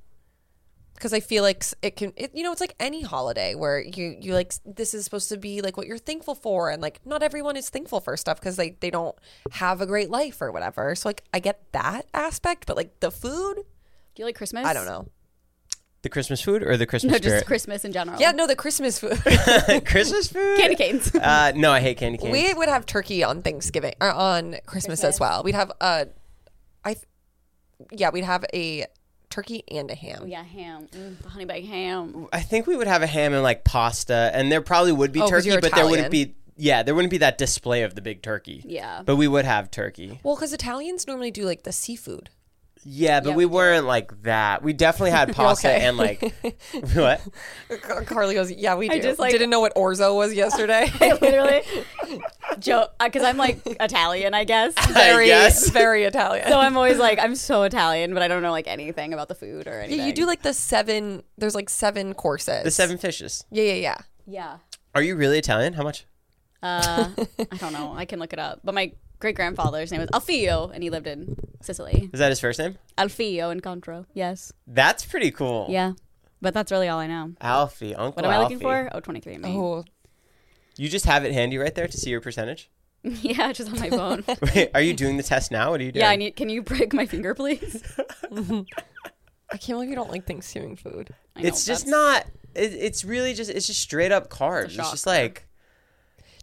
Speaker 4: because I feel like s- it can, it, you know, it's like any holiday where you, you like, s- this is supposed to be like what you're thankful for. And like, not everyone is thankful for stuff because they, they don't have a great life or whatever. So like, I get that aspect, but like the food,
Speaker 2: well. Do you like Christmas?
Speaker 4: I don't know.
Speaker 3: The Christmas food or the Christmas
Speaker 2: No, just
Speaker 3: spirit?
Speaker 2: Christmas in general.
Speaker 4: Yeah, no, the Christmas food.
Speaker 3: Christmas food.
Speaker 2: candy canes.
Speaker 3: Uh, no, I hate candy canes.
Speaker 4: we would have turkey on Thanksgiving or on Christmas, as well. We'd have a, I, th- yeah, we'd have a turkey and a ham.
Speaker 2: yeah, ham, mm, honey baked ham.
Speaker 3: I think we would have a ham and like pasta, and there probably would be
Speaker 4: Oh, 'cause
Speaker 3: turkey,
Speaker 4: you're
Speaker 3: but there wouldn't
Speaker 4: Italian.
Speaker 3: be. Yeah, there wouldn't be that display of the big turkey.
Speaker 2: Yeah.
Speaker 3: But we would have turkey.
Speaker 4: Well, because Italians normally do like the seafood.
Speaker 3: Yeah, but
Speaker 2: Yeah,
Speaker 3: we
Speaker 2: we do.
Speaker 3: weren't like that. We definitely had pasta
Speaker 4: okay.
Speaker 3: and like what?
Speaker 4: Carly goes, yeah, we do.
Speaker 2: I just, like-
Speaker 4: didn't know what orzo was yesterday.
Speaker 2: Literally, Joe, because I'm like Italian, I guess.
Speaker 4: very,
Speaker 3: guess.
Speaker 4: very Italian.
Speaker 2: So I'm always like, I'm so Italian, but I don't know like anything about the food or anything.
Speaker 4: yeah, you do like the seven. There's like seven courses.
Speaker 3: The seven fishes.
Speaker 4: Yeah, yeah, yeah.
Speaker 2: Yeah.
Speaker 3: Are you really Italian? How much?
Speaker 2: Uh, I don't know. I can look it up. But my great grandfather's name was Alfio, and he lived in Sicily.
Speaker 3: Is that his first name?
Speaker 2: Alfio in Contro. Yes.
Speaker 3: That's pretty cool.
Speaker 2: Yeah. But that's really all I know.
Speaker 3: Alfie, Uncle
Speaker 2: What am I looking
Speaker 3: Alfie.
Speaker 2: for? Oh, 23 me.
Speaker 4: Oh,
Speaker 3: You just have it handy right there to see your percentage.
Speaker 2: yeah, just on my phone.
Speaker 3: Wait, are you doing the test now? What are you doing?
Speaker 2: yeah, I need. Can you break my finger, please?
Speaker 4: I can't believe you don't like Thanksgiving food.
Speaker 2: I know,
Speaker 3: It's just
Speaker 2: that's-
Speaker 3: not. It, it's really just. It's just straight up carbs. It's, just
Speaker 2: shocker.
Speaker 3: like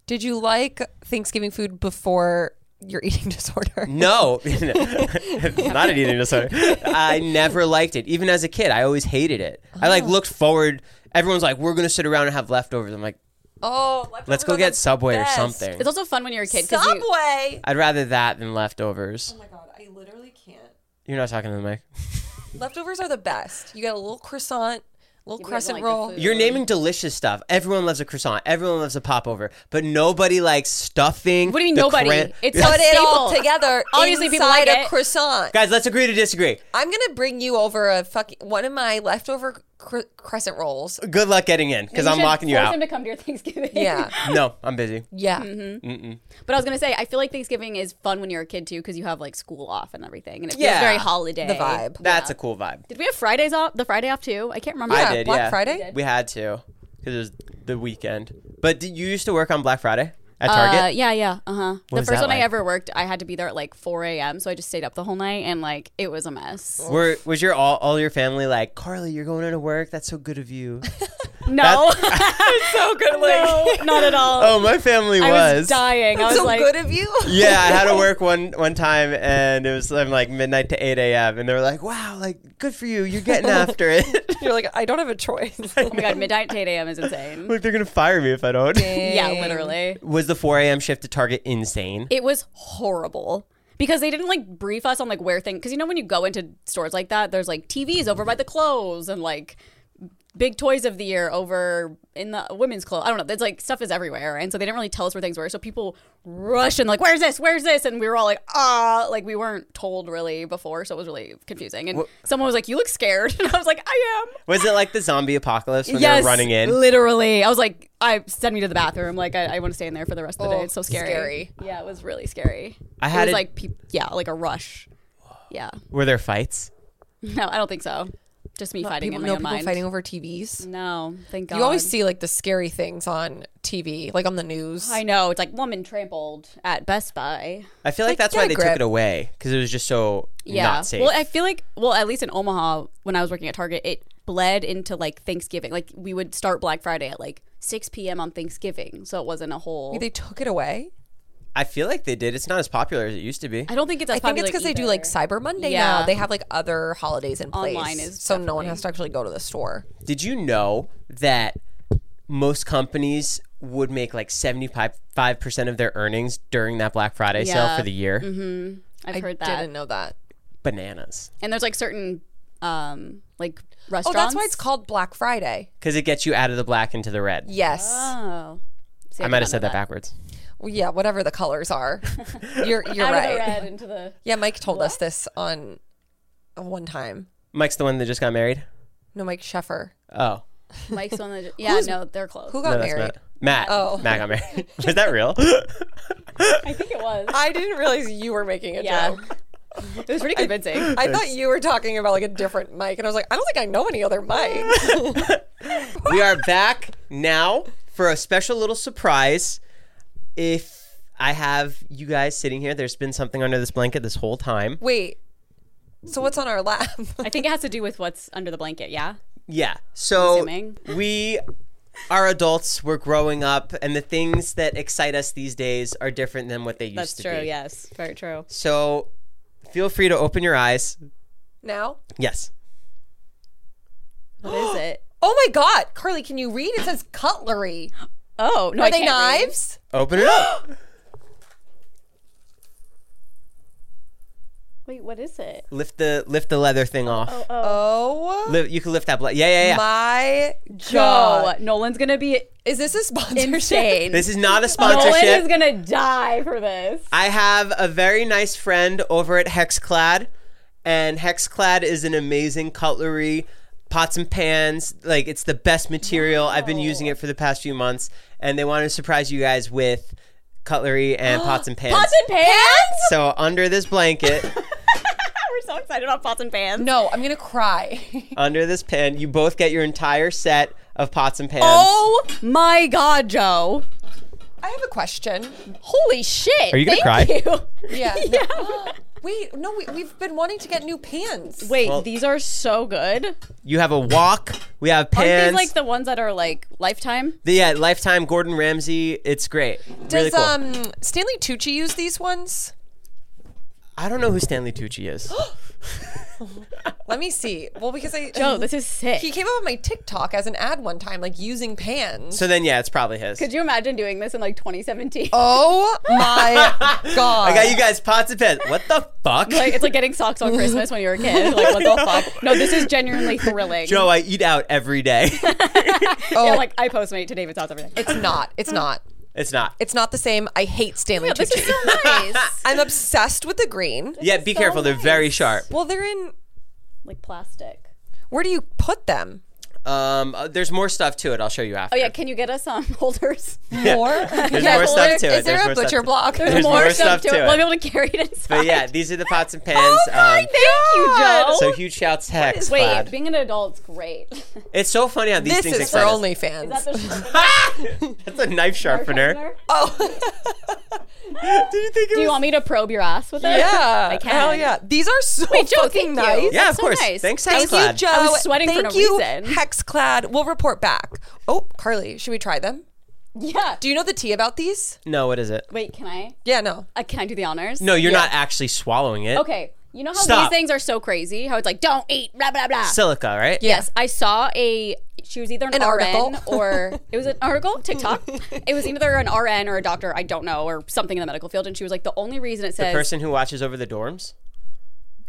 Speaker 4: Did you like Thanksgiving food before your eating disorder?
Speaker 3: no, not an eating disorder. I never liked it. Even as a kid, I always hated it. I
Speaker 2: Oh.
Speaker 3: like looked forward. Everyone's like, we're gonna sit around and have leftovers. I'm like,
Speaker 4: Oh,
Speaker 3: let's go get Subway or something.
Speaker 2: It's also fun when you're a kid. 'cause you-
Speaker 4: Subway.
Speaker 3: I'd rather that than leftovers.
Speaker 4: Oh my god, I literally can't.
Speaker 3: You're not talking to the mic.
Speaker 4: Leftovers are the best. You get a little croissant, a
Speaker 2: but I
Speaker 4: little
Speaker 2: don't
Speaker 4: crescent
Speaker 2: like the
Speaker 4: roll.
Speaker 2: food.
Speaker 3: You're naming delicious stuff. Everyone loves a croissant. Everyone loves a popover, but nobody likes stuffing.
Speaker 2: What do you mean
Speaker 3: the
Speaker 2: nobody?
Speaker 3: cran-
Speaker 2: It's
Speaker 4: Put
Speaker 2: a
Speaker 4: it all
Speaker 2: staple.
Speaker 4: together
Speaker 2: Obviously, people
Speaker 4: inside
Speaker 2: like
Speaker 4: a
Speaker 2: it.
Speaker 4: croissant.
Speaker 3: guys. Let's agree to disagree.
Speaker 4: I'm gonna bring you over a fucking one of my leftover cr- crescent rolls.
Speaker 3: Good luck getting in, because I'm
Speaker 2: should
Speaker 3: locking you
Speaker 2: force
Speaker 3: out.
Speaker 2: him to come to your Thanksgiving.
Speaker 4: Yeah,
Speaker 3: no, I'm busy.
Speaker 4: yeah.
Speaker 2: Mm-hmm. But I was gonna say, I feel like Thanksgiving is fun when you're a kid too, because you have like school off and everything, and it feels
Speaker 3: Yeah.
Speaker 2: very holiday.
Speaker 4: The vibe.
Speaker 3: That's a cool vibe.
Speaker 2: Did we have Fridays off? The Friday off too? I can't remember.
Speaker 3: I
Speaker 4: Yeah,
Speaker 3: did.
Speaker 4: Black
Speaker 3: yeah,
Speaker 4: Friday?
Speaker 3: We had to because it was the weekend. But did, you used to work on Black Friday at
Speaker 2: Uh,
Speaker 3: Target.
Speaker 2: yeah, yeah, uh huh. The
Speaker 3: was
Speaker 2: first
Speaker 3: that
Speaker 2: one I
Speaker 3: like?
Speaker 2: ever worked, I had to be there at like 4 a.m., so I just stayed up the whole night, and like it was a mess.
Speaker 3: Were was your all, all your family like Carly? You're going into work. That's so good of you.
Speaker 2: No, so good. no, not at all.
Speaker 3: oh, my family
Speaker 2: I was
Speaker 3: was.
Speaker 2: dying. I was
Speaker 4: so
Speaker 2: like,
Speaker 4: good of you.
Speaker 3: yeah, I had to work one one time, and it was from like midnight to eight a.m. And they were like, "Wow, like good for you. You're getting after it."
Speaker 4: You're like, I don't have a choice.
Speaker 2: oh my god, midnight to 8 a.m. is insane.
Speaker 3: like they're gonna fire me if I don't.
Speaker 2: yeah, literally.
Speaker 3: Was the four a.m. shift at Target insane?
Speaker 2: It was horrible because they didn't like brief us on like where things. Because you know when you go into stores like that, there's like TVs over by the clothes and like big toys of the year over in the women's clothes. I don't know. There's like stuff is everywhere, and so they didn't really tell us where things were. So people rushed and like, "Where's this? Where's this?" And we were all like, "Ah!" Like we weren't told really before, so it was really confusing. And someone was like, "You look scared," and I was like, "I am."
Speaker 3: Was it like the zombie apocalypse when they were running in?
Speaker 2: Literally, I was like, "I send me to the bathroom. Like, I, I want to stay in there for the rest of the
Speaker 4: Oh,
Speaker 2: day. It's so scary.
Speaker 4: scary.
Speaker 2: Yeah, it was really scary.
Speaker 3: I
Speaker 2: it
Speaker 3: had
Speaker 2: was
Speaker 3: a-
Speaker 2: like, peop yeah, like a rush. Yeah.
Speaker 3: Were there fights?
Speaker 2: No, I don't think so. Just me fighting
Speaker 4: people,
Speaker 2: in my
Speaker 4: no
Speaker 2: own
Speaker 4: people
Speaker 2: mind.
Speaker 4: fighting over TVs.
Speaker 2: No, thank God.
Speaker 4: You always see like the scary things on TV, like on the news.
Speaker 2: I know it's like woman trampled at Best Buy.
Speaker 3: I feel like,
Speaker 4: Like,
Speaker 3: that's
Speaker 4: get
Speaker 3: why
Speaker 4: a
Speaker 3: they
Speaker 4: grip.
Speaker 3: took it away because it was just so
Speaker 2: Yeah.
Speaker 3: not safe.
Speaker 2: Well, I feel like well, at least in Omaha when I was working at Target, it bled into like Thanksgiving. Like we would start Black Friday at like 6 p.m. on Thanksgiving, so it wasn't a whole.
Speaker 4: They took it away.
Speaker 3: I feel like they did. It's not as popular as it used to be.
Speaker 2: I don't think it's. As
Speaker 4: I think it's
Speaker 2: popular
Speaker 4: because they do like
Speaker 2: either.
Speaker 4: Cyber Monday now.
Speaker 2: Yeah.
Speaker 4: They have like other holidays in place,
Speaker 2: Online is
Speaker 4: so no one has to actually go to the store.
Speaker 3: Did you know that most companies would make like 75% of their earnings during that Black Friday sale
Speaker 2: Yeah. Mm-hmm.
Speaker 3: for the year?
Speaker 2: I've
Speaker 4: I
Speaker 2: heard that.
Speaker 4: didn't know that.
Speaker 3: Bananas.
Speaker 2: and there's like certain um like
Speaker 4: Oh,
Speaker 2: restaurants.
Speaker 4: that's why it's called Black Friday.
Speaker 3: Because it gets you out of the black into the red.
Speaker 4: Yes.
Speaker 2: Oh, See,
Speaker 3: I might have said that, backwards.
Speaker 4: Well, yeah, whatever the colors are. You're you're
Speaker 2: Out of
Speaker 4: right.
Speaker 2: the red into the.
Speaker 4: Yeah, Mike told us this on one time.
Speaker 3: Mike's the one that just got married.
Speaker 4: No, Mike Sheffer.
Speaker 3: Oh.
Speaker 2: Mike's on the. Yeah, no, they're close.
Speaker 4: Who
Speaker 3: No,
Speaker 4: got
Speaker 3: that's
Speaker 4: married?
Speaker 3: Matt. Matt.
Speaker 4: Oh.
Speaker 3: Matt got married. Is that real?
Speaker 2: I think it was.
Speaker 4: I didn't realize you were making a
Speaker 2: Yeah.
Speaker 4: joke.
Speaker 2: it was pretty convincing.
Speaker 4: I thought you were talking about like a different Mike, and I was like, I don't think I know any other Mike.
Speaker 3: we are back now for a special little surprise. If I have you guys sitting here, there's been something under this blanket this whole time.
Speaker 4: Wait. So what's on our lap?
Speaker 2: I think it has to do with what's under the blanket. Yeah.
Speaker 3: Yeah. So
Speaker 2: assuming.
Speaker 3: we are adults. We're growing up, and the things that excite us these days are different than what they used
Speaker 2: That's
Speaker 3: to
Speaker 2: true.
Speaker 3: be.
Speaker 2: Yes, very true.
Speaker 3: So feel free to open your eyes.
Speaker 4: Now?
Speaker 3: Yes.
Speaker 2: What is it?
Speaker 4: Oh my God, Carly, can you read? It says cutlery.
Speaker 2: Oh no,
Speaker 4: Are
Speaker 2: I
Speaker 4: they
Speaker 2: can't read.
Speaker 4: knives?
Speaker 3: Open it up.
Speaker 2: Wait, what is it?
Speaker 3: lift the lift the leather thing off.
Speaker 4: Oh
Speaker 3: Li- you can lift that. Ble- yeah, yeah, yeah.
Speaker 4: my
Speaker 2: Joe,
Speaker 4: God.
Speaker 2: Nolan's gonna be
Speaker 4: Is this a sponsorship?
Speaker 2: insane.
Speaker 3: this is not a
Speaker 2: Nolan
Speaker 3: sponsorship.
Speaker 2: is gonna die for this.
Speaker 3: I have a very nice friend over at Hexclad, and Hexclad is an amazing cutlery, pots and pans. Like it's the best material. I've been using it for the past few months, and they want to surprise you guys with cutlery and pots and pans.
Speaker 2: Pots and pans.
Speaker 3: so under this blanket,
Speaker 2: We're so excited about pots and pans.
Speaker 4: No, I'm going to cry.
Speaker 3: under this pan, you both get your entire set of pots and pans.
Speaker 2: Oh my God, Joe!
Speaker 4: I have a question.
Speaker 2: Holy shit! Are
Speaker 6: you gonna cry?
Speaker 2: thank You.
Speaker 4: Yeah. no- Wait, no, we, we've been wanting to get new pans.
Speaker 2: Wait, these are so good.
Speaker 3: You have a wok. We have
Speaker 2: Aren't
Speaker 3: pans.
Speaker 2: these like the ones that are like lifetime?
Speaker 3: The- yeah, Lifetime Gordon Ramsay. It's great. really
Speaker 4: Does
Speaker 3: cool.
Speaker 4: um Stanley Tucci use these ones?
Speaker 3: I don't know who Stanley Tucci is.
Speaker 4: Let me see. Well, because I
Speaker 2: Joe, Oh, this is sick.
Speaker 4: he came up on my TikTok as an ad one time, like using pans.
Speaker 3: so then, yeah, it's probably his.
Speaker 2: Could you imagine doing this in like 2017?
Speaker 4: oh my god!
Speaker 3: I got you guys pots and pans. What the fuck?
Speaker 2: uh, Like it's like getting socks on Christmas when you're a kid. Like what the fuck? No, this is genuinely thrilling.
Speaker 3: Joe, I eat out every day.
Speaker 4: Oh,
Speaker 2: yeah, like I postmate to David's house every day.
Speaker 4: it's not. It's not.
Speaker 3: it's not.
Speaker 4: It's not the same. I hate Stanley
Speaker 2: This
Speaker 4: Tucci.
Speaker 2: is so nice.
Speaker 4: I'm obsessed with the green.
Speaker 3: yeah, be
Speaker 2: so
Speaker 3: careful. They're very
Speaker 2: nice.
Speaker 3: sharp.
Speaker 4: Well, they're in.
Speaker 2: like plastic.
Speaker 4: Where do you put them?
Speaker 3: Um, uh, there's more stuff to it. I'll show you after.
Speaker 2: Oh yeah, can you get us um, holders?
Speaker 4: More.
Speaker 3: There's more stuff to it.
Speaker 4: Is there
Speaker 3: There's
Speaker 4: a
Speaker 3: more stuff
Speaker 4: butcher
Speaker 3: to-
Speaker 4: block?
Speaker 3: There's more stuff to it.
Speaker 2: We'll be able to carry it inside.
Speaker 3: But yeah, these are the pots
Speaker 2: Oh
Speaker 3: and pans. um,
Speaker 2: Thank you, Joe.
Speaker 3: so huge shouts to Hex.
Speaker 2: Wait,
Speaker 3: Vlad.
Speaker 2: being an adult's great. Is
Speaker 3: it's so funny how these
Speaker 4: This
Speaker 3: things
Speaker 4: is for
Speaker 3: excite us.
Speaker 2: that
Speaker 4: OnlyFans.
Speaker 2: the
Speaker 3: That's a knife sharpener.
Speaker 2: sharpener?
Speaker 3: Did you think it
Speaker 2: Do
Speaker 3: was?
Speaker 2: you want me to probe your ass with it?
Speaker 4: Yeah.
Speaker 2: I can.
Speaker 4: Hell yeah. These are so
Speaker 2: Wait, Joe,
Speaker 4: fucking
Speaker 2: thank you.
Speaker 4: nice.
Speaker 3: yeah, of
Speaker 2: so
Speaker 3: course.
Speaker 2: nice.
Speaker 3: Thanks,
Speaker 4: Thank you,
Speaker 3: Hexclad.
Speaker 4: Joe.
Speaker 2: I was sweating for
Speaker 4: Thank
Speaker 2: no
Speaker 4: you,
Speaker 2: reason.
Speaker 4: Hexclad. We'll report back. Oh, Carly, should we try them?
Speaker 2: Yeah.
Speaker 4: Do you know the tea about these?
Speaker 3: No, what is it?
Speaker 2: Wait, can I?
Speaker 4: Yeah, no.
Speaker 2: Uh, can I do the honors?
Speaker 3: No, you're not actually swallowing it.
Speaker 2: Okay. You know how
Speaker 3: Stop.
Speaker 2: these things are so crazy? How it's like, don't eat, blah, blah, blah.
Speaker 3: Silica, right? Yeah.
Speaker 2: Yes, I saw a. She was either an,
Speaker 4: An
Speaker 2: RN
Speaker 4: article.
Speaker 2: or it was an article TikTok. it was either an RN or a doctor, I don't know, or something in the medical field. And she was like, the only reason it says
Speaker 3: Person who watches over the dorms.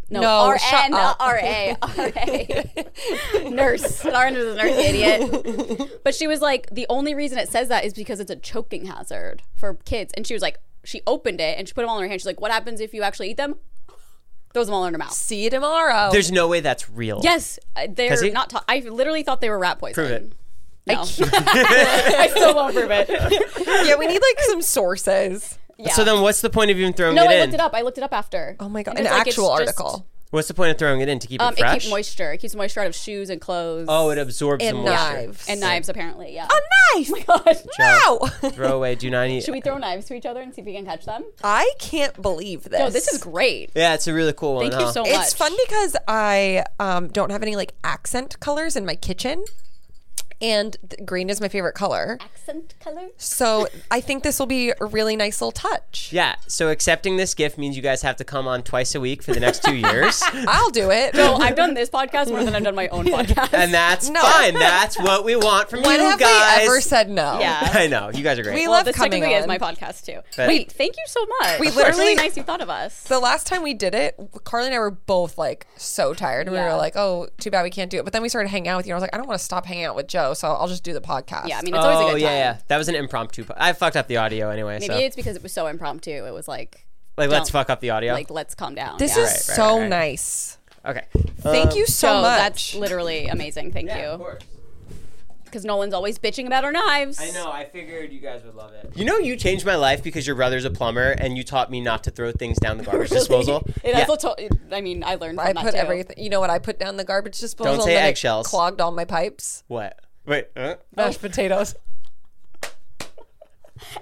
Speaker 2: no,
Speaker 4: No, shut
Speaker 2: RN, not
Speaker 4: up.
Speaker 2: RA, RA, nurse. An RN is a nurse, idiot. But she was like, the only reason it says that is because it's a choking hazard for kids. And she was like, she opened it and she put them all in her hand. She's like, what happens if you actually eat them? Throws them all in her mouth.
Speaker 4: See you
Speaker 2: Oh.
Speaker 4: tomorrow.
Speaker 3: There's no way that's real.
Speaker 2: Yes, uh, they're
Speaker 3: Has he-
Speaker 2: not. Ta- I literally thought they were rat poison.
Speaker 3: Prove it.
Speaker 2: No. I still won't prove it.
Speaker 4: yeah, we need like some sources.
Speaker 2: Yeah.
Speaker 3: So then, what's the point of even throwing
Speaker 2: no,
Speaker 3: it
Speaker 2: I
Speaker 3: in?
Speaker 2: looked it up. I looked it up after.
Speaker 4: Oh my god,
Speaker 2: And
Speaker 4: an
Speaker 2: it's like, it's
Speaker 4: actual
Speaker 2: just-
Speaker 4: article.
Speaker 3: What's the point of throwing it in to keep
Speaker 2: Um,
Speaker 3: it
Speaker 2: it
Speaker 3: fresh?
Speaker 2: keeps moisture. It keeps moisture out of shoes and clothes.
Speaker 3: oh, it absorbs
Speaker 4: And
Speaker 3: some
Speaker 4: knives.
Speaker 2: and knives apparently. Yeah.
Speaker 4: Oh, knife.
Speaker 2: Gosh.
Speaker 4: Wow.
Speaker 3: moisture. Throw away. Do not eat.
Speaker 2: Should we throw knives to each other and see if we can catch them?
Speaker 4: I can't believe this.
Speaker 2: No, this is great.
Speaker 3: Yeah, it's a really cool one.
Speaker 2: Thank you
Speaker 3: huh?
Speaker 2: so much.
Speaker 4: It's fun because I um, don't have any like accent colors in my kitchen. And th- green is my favorite color.
Speaker 2: Accent color.
Speaker 4: So I think this will be a really nice little touch.
Speaker 3: Yeah. So accepting this gift means you guys have to come on twice a week for the next two years,
Speaker 4: I'll do it.
Speaker 2: No, I've done this podcast more than I've done my own podcast.
Speaker 3: and that's
Speaker 4: No.
Speaker 3: fine. That's what we want from
Speaker 4: when
Speaker 3: you
Speaker 4: have
Speaker 3: guys.
Speaker 4: we ever said no?
Speaker 2: yeah.
Speaker 3: I know you guys are great.
Speaker 4: We
Speaker 2: Well,
Speaker 4: love
Speaker 2: this
Speaker 4: coming
Speaker 2: technically
Speaker 4: on.
Speaker 2: is my podcast too.
Speaker 3: But-
Speaker 2: Wait, thank you so much.
Speaker 4: We
Speaker 2: It's really
Speaker 4: literally-
Speaker 2: nice you thought of us.
Speaker 4: the last time we did it, Carly and I were both like so tired. and We were
Speaker 2: Yeah.
Speaker 4: like, "Oh, too bad we can't do it." But then we started hanging out with you. And I was like, "I don't want to stop hanging out with Joe, so I'll just do the podcast."
Speaker 2: Yeah, I mean it's
Speaker 3: oh
Speaker 2: always a good
Speaker 3: yeah,
Speaker 2: time.
Speaker 3: yeah. That was an impromptu. Po- I fucked up the audio anyway.
Speaker 2: Maybe
Speaker 3: so
Speaker 2: it's because it was so impromptu. It was like
Speaker 3: like, let's
Speaker 2: don't.
Speaker 3: fuck up the audio.
Speaker 2: like let's calm down.
Speaker 4: this
Speaker 2: yeah.
Speaker 4: is
Speaker 3: right,
Speaker 4: so
Speaker 3: right.
Speaker 4: nice.
Speaker 3: okay.
Speaker 4: Thank you so, much.
Speaker 2: Um, that's literally amazing. Thank you. Because Nolan's always bitching about our knives.
Speaker 3: I know. I figured you guys would love it. You know, you changed my life because your brother's a plumber and you taught me not to throw things down the garbage disposal.
Speaker 2: It
Speaker 3: Yeah.
Speaker 2: also to- I mean, I learned from
Speaker 4: I
Speaker 2: that
Speaker 4: put
Speaker 2: too.
Speaker 4: everything. You know what? I put down the garbage disposal.
Speaker 3: Don't say
Speaker 4: and then it
Speaker 3: eggshells.
Speaker 4: Clogged all my pipes.
Speaker 3: What? Wait. Huh?
Speaker 4: Mashed potatoes.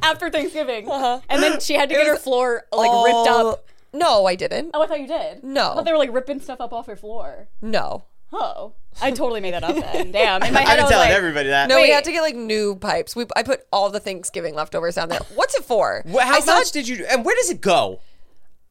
Speaker 2: after Thanksgiving, and then she had to get her floor like ripped
Speaker 4: Uh-huh. All-
Speaker 2: up.
Speaker 4: No, I didn't.
Speaker 2: Oh, I thought you did.
Speaker 4: No.
Speaker 2: I thought they were like ripping stuff up off her floor.
Speaker 4: No.
Speaker 2: Oh, I totally made that up. Then. Damn, in my
Speaker 3: I've
Speaker 2: head I
Speaker 3: been
Speaker 2: was
Speaker 3: telling
Speaker 2: like,
Speaker 3: everybody that.
Speaker 4: No, we
Speaker 2: Wait.
Speaker 4: had to get like new pipes. We I put all the Thanksgiving leftovers down there. What's it for?
Speaker 3: Wha- how
Speaker 4: I saw-
Speaker 3: much did you? And where does it go?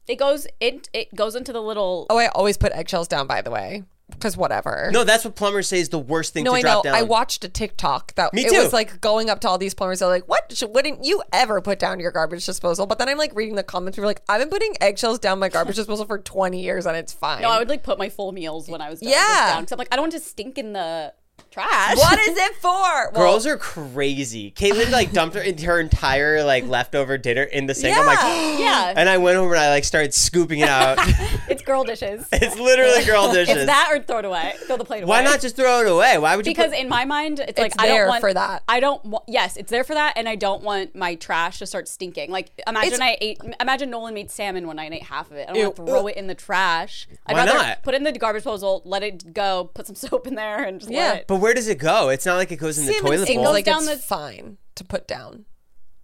Speaker 2: it goes it it goes into the little.
Speaker 4: Oh, I always put eggshells down. By the way, because whatever.
Speaker 3: No, that's what plumbers say is the worst thing
Speaker 4: No,
Speaker 3: to
Speaker 4: I know.
Speaker 3: drop down.
Speaker 4: I watched a TikTok that
Speaker 3: Me
Speaker 4: it
Speaker 3: too.
Speaker 4: was like going up to all these plumbers. They're like, "What sh- wouldn't you ever put down your garbage disposal?" But then I'm like reading the comments. People are like, "I've been putting eggshells down my garbage disposal for 20 years, and it's fine."
Speaker 2: No, oh, I would like put my full meals when I was done,
Speaker 4: Yeah.
Speaker 2: just down because I'm like I don't want to stink in the trash.
Speaker 4: what is it for? Well,
Speaker 3: Girls are crazy. Caitlin like dumped her, her entire like leftover dinner in the sink. I'm like,
Speaker 2: Yeah.
Speaker 3: and I went over and I like started scooping it out.
Speaker 2: It's girl dishes.
Speaker 3: it's literally girl dishes.
Speaker 2: It's that or throw it away. Throw the plate away.
Speaker 3: Why not just throw it away? Why would you?
Speaker 2: because
Speaker 3: put-
Speaker 2: in my mind it's, like
Speaker 4: It's
Speaker 2: I
Speaker 4: there
Speaker 2: don't want
Speaker 4: for that.
Speaker 2: I don't want yes, it's there for that and I don't want my trash to start stinking. Like imagine
Speaker 4: It's-
Speaker 2: I ate imagine Nolan made salmon one night and ate half of it. I don't want
Speaker 3: Ew.
Speaker 2: to throw it in the trash. I'd
Speaker 3: Why
Speaker 2: rather
Speaker 3: not?
Speaker 2: put it in the garbage disposal, let it go, put some soap in there and just
Speaker 4: Yeah.
Speaker 2: let it
Speaker 3: but where does it go? It's not like it goes in the
Speaker 4: Salmon
Speaker 3: toilet
Speaker 4: seems
Speaker 3: bowl.
Speaker 4: like
Speaker 2: Goes
Speaker 4: it's
Speaker 2: down the-
Speaker 4: fine to put down.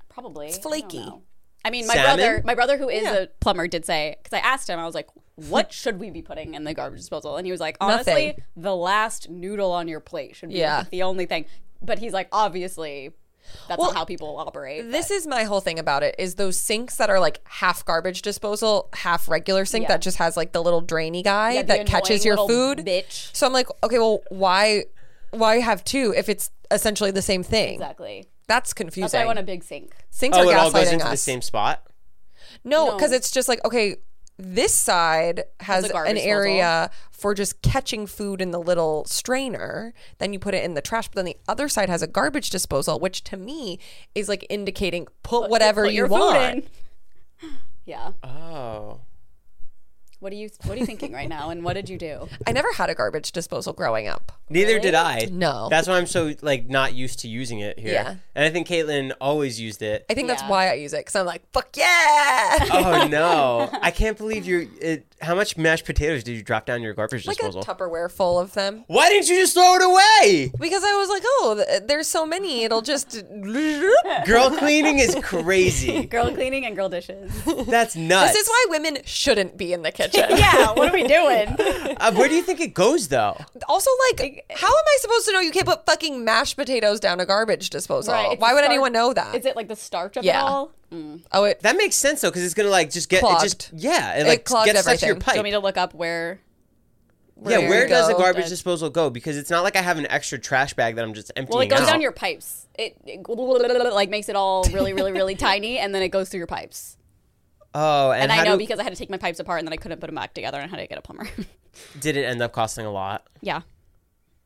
Speaker 2: probably. It's
Speaker 4: flaky.
Speaker 2: I, don't know. I mean, my
Speaker 3: Salmon?
Speaker 2: brother, my brother who is a plumber did say cuz I asked him I was like, "What should we be putting in the garbage disposal?" And he was like, "Honestly,
Speaker 4: Nothing.
Speaker 2: the last noodle on your plate should be
Speaker 4: Yeah.
Speaker 2: the only thing." But he's like, "Obviously, that's not how people operate."
Speaker 4: This is my whole thing about it is those sinks that are like half garbage disposal, half regular sink that just has like the little drainy
Speaker 2: the
Speaker 4: guy that catches
Speaker 2: annoying
Speaker 4: your
Speaker 2: little
Speaker 4: food.
Speaker 2: bitch.
Speaker 4: So I'm like, okay, well, why why have two if it's essentially the same thing?
Speaker 2: Exactly.
Speaker 4: That's confusing.
Speaker 2: That's why I want a big sink.
Speaker 4: Sinks
Speaker 3: Oh,
Speaker 4: are
Speaker 3: it all goes
Speaker 4: gaslighting
Speaker 3: into
Speaker 4: us.
Speaker 3: the same spot.
Speaker 4: No, because it's just like okay, this side has
Speaker 2: a garbage
Speaker 4: an area for just catching food in the little strainer. Then you put it in the trash, but then the other side has a garbage disposal, which to me is like indicating put whatever
Speaker 2: Put
Speaker 4: you
Speaker 2: your food
Speaker 4: want.
Speaker 2: in. Yeah.
Speaker 3: Oh,
Speaker 2: What are you What are you thinking right now? And what did you do?
Speaker 4: I never had a garbage disposal growing up.
Speaker 3: neither did I.
Speaker 4: No.
Speaker 3: that's why I'm so like not used to using it here.
Speaker 4: Yeah.
Speaker 3: and I think Caitlin always used it.
Speaker 4: I think that's
Speaker 2: Yeah.
Speaker 4: why I use it because I'm like, fuck yeah,
Speaker 3: Oh no! I can't believe you. It, how much mashed potatoes did you drop down your garbage
Speaker 4: like a
Speaker 3: disposal?
Speaker 4: Tupperware full of them.
Speaker 3: Why didn't you just throw it away?
Speaker 4: Because I was like, oh, th- there's so many, it'll just.
Speaker 3: Girl cleaning is crazy.
Speaker 2: Girl cleaning and girl dishes.
Speaker 3: That's nuts.
Speaker 4: This is why women shouldn't be in the kitchen.
Speaker 2: yeah. What are we doing?
Speaker 3: Uh, where do you think it goes though?
Speaker 4: Also, like, how am I supposed to know you can't put fucking mashed potatoes down a garbage disposal?
Speaker 2: Right, it's
Speaker 4: Why
Speaker 2: the
Speaker 4: would
Speaker 2: starch-
Speaker 4: anyone know that?
Speaker 2: Is it like the starch of
Speaker 4: Yeah.
Speaker 2: it all? Do
Speaker 4: oh, it,
Speaker 3: That makes sense though, because it's gonna like just get it just
Speaker 4: Clogged.
Speaker 3: yeah, it like
Speaker 4: clogged
Speaker 3: gets stuck to your
Speaker 4: everything.
Speaker 3: pipe.
Speaker 2: you want me to look up where?
Speaker 3: yeah, where
Speaker 4: it
Speaker 3: does the
Speaker 4: go?
Speaker 3: garbage disposal go? Because it's not like I have an extra trash bag that I'm just emptying.
Speaker 2: Well, it goes
Speaker 3: out.
Speaker 2: down your pipes. It, it like makes it all really, really, really tiny, and then it goes through your pipes.
Speaker 3: Oh, and,
Speaker 2: And,
Speaker 3: how
Speaker 2: I know
Speaker 3: do,
Speaker 2: because I had to take my pipes apart, and then I couldn't put them back together, and I had to get a plumber.
Speaker 3: did it end up costing a lot?
Speaker 2: yeah.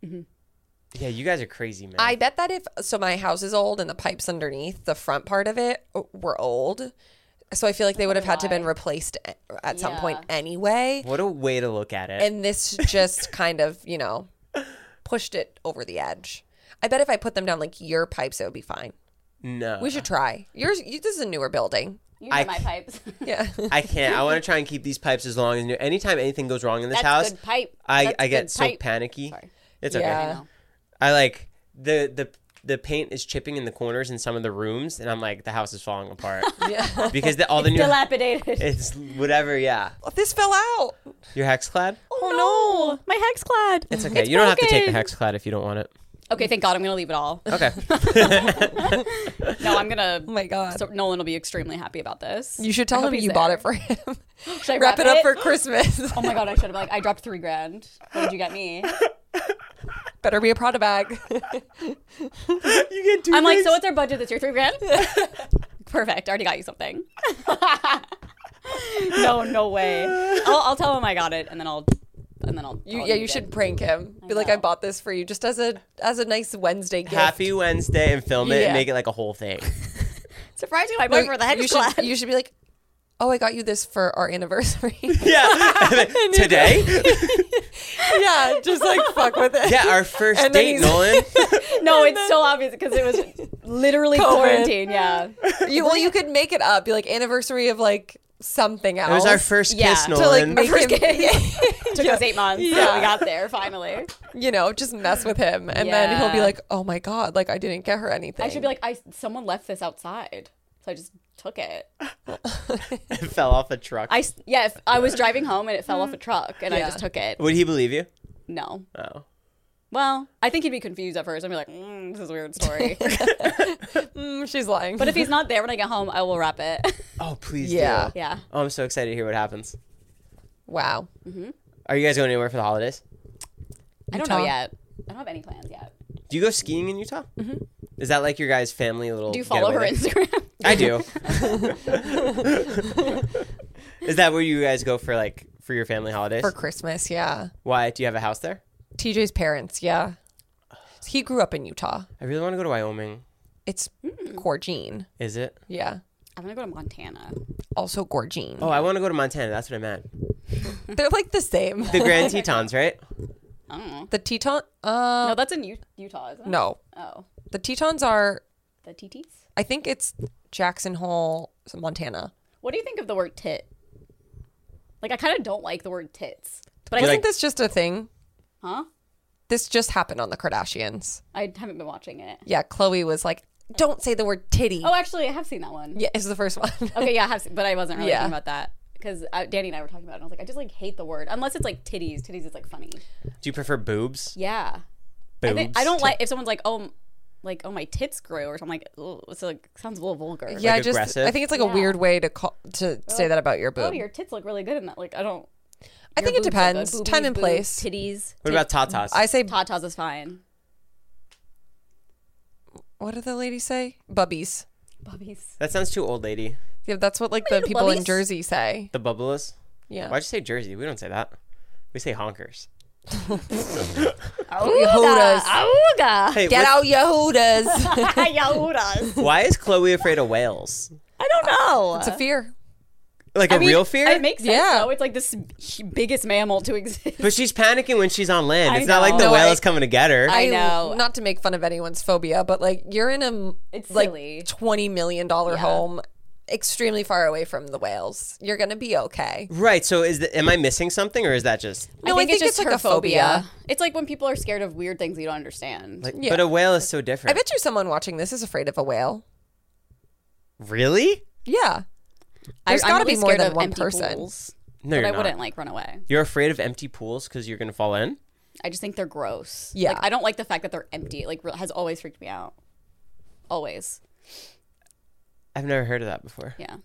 Speaker 3: Yeah, you guys are crazy, man.
Speaker 4: I bet that if so, my house is old and the pipes underneath the front part of it were old, so I feel like they would have had to been replaced a- at some point anyway.
Speaker 3: what a way to look at it.
Speaker 4: And this just kind of, you know, pushed it over the edge. I bet if I put them down like your pipes, it would be fine.
Speaker 3: no,
Speaker 4: We should try yours. You, this is a newer building.
Speaker 2: You know
Speaker 3: I-
Speaker 2: my pipes.
Speaker 4: Yeah,
Speaker 3: I can't. I want to try and keep these pipes as long as new. Anytime anything goes wrong in this
Speaker 2: That's
Speaker 3: house,
Speaker 2: good pipe.
Speaker 3: I,
Speaker 2: That's
Speaker 3: I
Speaker 2: good
Speaker 3: get so
Speaker 2: pipe.
Speaker 3: panicky.
Speaker 2: Sorry.
Speaker 3: It's okay.
Speaker 4: yeah.
Speaker 3: I like the the the paint is chipping in the corners in some of the rooms, and I'm like, the house is falling apart
Speaker 4: yeah.
Speaker 3: because the, all the new
Speaker 2: Dilapidated.
Speaker 3: it's whatever. Yeah,
Speaker 4: this fell out.
Speaker 3: your hex clad.
Speaker 2: Oh no, my hex clad.
Speaker 3: It's okay. you don't have to take the hex clad if you don't want it.
Speaker 2: Okay, thank God, I'm gonna leave it all.
Speaker 3: Okay.
Speaker 2: No, I'm gonna.
Speaker 4: Oh my god.
Speaker 2: so Nolan will be extremely happy about this.
Speaker 4: you should tell
Speaker 2: hope
Speaker 4: him
Speaker 2: he's
Speaker 4: you bought
Speaker 2: there.
Speaker 4: it for him.
Speaker 2: Should I
Speaker 4: Wrap it up for Christmas.
Speaker 2: Oh my God, I should have like I dropped three grand. What did you get me?
Speaker 4: Better be a Prada bag.
Speaker 3: you get two.
Speaker 2: I'm like, so what's our budget this year? Three grand. Perfect. I already got you something. no, no way. I'll, I'll tell him I got it, and then I'll, and then I'll.
Speaker 4: You,
Speaker 2: tell
Speaker 4: yeah,
Speaker 2: him
Speaker 4: you should
Speaker 2: did.
Speaker 4: prank him. Be like, I
Speaker 2: know.
Speaker 4: bought this for you just as a as a nice Wednesday gift.
Speaker 3: happy Wednesday and film it
Speaker 4: Yeah.
Speaker 3: and make it like a whole thing.
Speaker 2: Surprisingly, I
Speaker 4: No,
Speaker 2: bought it for the hex
Speaker 4: you
Speaker 2: clad.
Speaker 4: should, you should be like, oh, I got you this for our anniversary.
Speaker 3: yeah. Today.
Speaker 4: yeah, just like fuck with it.
Speaker 3: Yeah, our first
Speaker 4: And then
Speaker 3: date,
Speaker 4: he's-
Speaker 3: Nolan.
Speaker 2: no, it's so obvious because it was literally quarantine. Yeah.
Speaker 4: You, well, you could make it up. Be like anniversary of like something else.
Speaker 3: It was our first
Speaker 2: Yeah,
Speaker 3: kiss,
Speaker 2: to,
Speaker 4: to like
Speaker 3: Nolan.
Speaker 4: make
Speaker 2: first
Speaker 4: him,
Speaker 2: Took us eight months. Yeah. We got there finally.
Speaker 4: you know, just mess with him, and then he'll be
Speaker 2: Yeah.
Speaker 4: like, oh my god, like I didn't get her anything.
Speaker 2: I should be like, I someone left this outside, so I just took it.
Speaker 3: It fell off a truck.
Speaker 2: I s- yeah, Mm. if I was driving home and it fell off a truck, and I just took it.
Speaker 3: Would he believe you?
Speaker 2: No,
Speaker 3: Oh.
Speaker 2: Well, I think he'd be confused at first. I'd be like, mm, this is a weird story.
Speaker 4: Mm, she's lying.
Speaker 2: but if he's not there when I get home, I will wrap it.
Speaker 3: Oh, please
Speaker 4: Yeah.
Speaker 3: do.
Speaker 2: yeah.
Speaker 3: Oh, I'm so excited to hear what happens.
Speaker 4: wow.
Speaker 3: Are you guys going anywhere for the holidays?
Speaker 2: I don't know
Speaker 4: Utah.
Speaker 2: yet. I don't have any plans yet.
Speaker 3: Do you go skiing in Utah? Mm-hmm. Is that like your guys' family little?
Speaker 2: Do you follow her
Speaker 3: getaway there?
Speaker 2: Instagram?
Speaker 3: I do. Is that where you guys go for like for your family holidays?
Speaker 4: For Christmas, yeah.
Speaker 3: Why do you have a house there?
Speaker 4: TJ's parents, yeah. He grew up in Utah.
Speaker 3: I really want to go to Wyoming.
Speaker 4: It's
Speaker 2: Mm.
Speaker 4: Gorgine.
Speaker 3: Is it?
Speaker 4: Yeah.
Speaker 2: I'm gonna go to Montana.
Speaker 4: Also Gorgine.
Speaker 3: Oh, I want to go to Montana. That's what I meant.
Speaker 4: They're like the same.
Speaker 3: The Grand Tetons, right?
Speaker 2: I don't know.
Speaker 4: The Teton uh
Speaker 2: No, that's in U- Utah, isn't it?
Speaker 4: no.
Speaker 2: Oh,
Speaker 4: The Tetons are
Speaker 2: the TTs.
Speaker 4: I think it's Jackson Hole, Montana.
Speaker 2: What do you think of the word tit? Like, I kind of don't like the word tits, but I
Speaker 3: You
Speaker 4: Isn't
Speaker 2: think,
Speaker 3: like-
Speaker 4: this just a thing?
Speaker 2: huh?
Speaker 4: This just happened on the Kardashians.
Speaker 2: I haven't been watching it.
Speaker 4: Yeah, Chloe was like, "Don't say the word titty."
Speaker 2: Oh, actually, I have seen that one.
Speaker 4: yeah, is the first one.
Speaker 2: Okay, yeah, I have, seen, but I wasn't really
Speaker 4: Yeah.
Speaker 2: thinking about that because Danny and I were talking about it. and I was like, I just like hate the word unless it's like titties. Titties is like funny.
Speaker 3: Do you prefer boobs?
Speaker 2: Yeah,
Speaker 3: Boobs.
Speaker 2: I, think, I don't like if someone's like, oh, m- like oh my tits grew or something. Like, "Ugh," it's like sounds a little vulgar.
Speaker 4: yeah,
Speaker 3: Like
Speaker 4: I just
Speaker 3: aggressive?
Speaker 4: I think it's like
Speaker 2: Yeah.
Speaker 4: a weird way to call to say that about your
Speaker 2: Oh,
Speaker 4: boob.
Speaker 2: your tits look really good in that. Like, I don't.
Speaker 4: I think it
Speaker 2: boobs are good.
Speaker 4: depends,
Speaker 2: Boobies,
Speaker 4: time and
Speaker 2: boobs,
Speaker 4: place.
Speaker 2: Titties.
Speaker 3: What about tatas?
Speaker 4: I say,
Speaker 2: Tatas is fine.
Speaker 4: what did the lady say? Bubbies.
Speaker 2: Bubbies.
Speaker 3: that sounds too old, lady.
Speaker 4: Yeah, that's what like the
Speaker 2: little
Speaker 4: people in
Speaker 2: bubbies.
Speaker 4: Jersey say.
Speaker 3: The bubbleless.
Speaker 4: Yeah.
Speaker 3: Why'd you say Jersey? We don't say that. We say honkers.
Speaker 2: Oh,
Speaker 4: Yehudas.
Speaker 2: Auga.
Speaker 3: Hey,
Speaker 4: Get
Speaker 3: what-
Speaker 4: out, Yehudas.
Speaker 2: Yahudas.
Speaker 3: why is Chloe afraid of whales?
Speaker 2: I don't know.
Speaker 4: it's a fear.
Speaker 3: Like a
Speaker 2: I mean,
Speaker 3: real fear?
Speaker 2: It makes sense.
Speaker 4: Yeah.
Speaker 2: Though. It's like this h- biggest mammal to exist.
Speaker 3: but she's panicking when she's on land.
Speaker 2: I
Speaker 3: It's not like
Speaker 2: know.
Speaker 3: the
Speaker 2: No,
Speaker 3: whale
Speaker 4: I-
Speaker 3: is coming to get her.
Speaker 2: I know.
Speaker 4: Not to make fun of anyone's phobia, but like you're in a
Speaker 2: It's
Speaker 4: it's like
Speaker 2: silly.
Speaker 4: twenty million dollar home, extremely far away from the whales. You're gonna be okay.
Speaker 3: right. So is the, am I missing something, or is that just?
Speaker 4: No, I think it's like a phobia.
Speaker 2: It's like when people are scared of weird things you don't understand.
Speaker 3: Like, But a whale is so different.
Speaker 4: I bet you someone watching this is afraid of a whale.
Speaker 3: Really?
Speaker 4: Yeah.
Speaker 2: There's
Speaker 4: There's got to be more than one person.
Speaker 3: No,
Speaker 2: but
Speaker 3: you're
Speaker 2: I
Speaker 3: not.
Speaker 2: wouldn't like run away.
Speaker 3: You're afraid of empty pools because you're gonna fall in.
Speaker 2: I just think they're gross.
Speaker 4: Yeah.
Speaker 2: Like, I don't like the fact that they're empty. It, Like re- has always freaked me out. Always.
Speaker 3: I've never heard of that before.
Speaker 2: Yeah.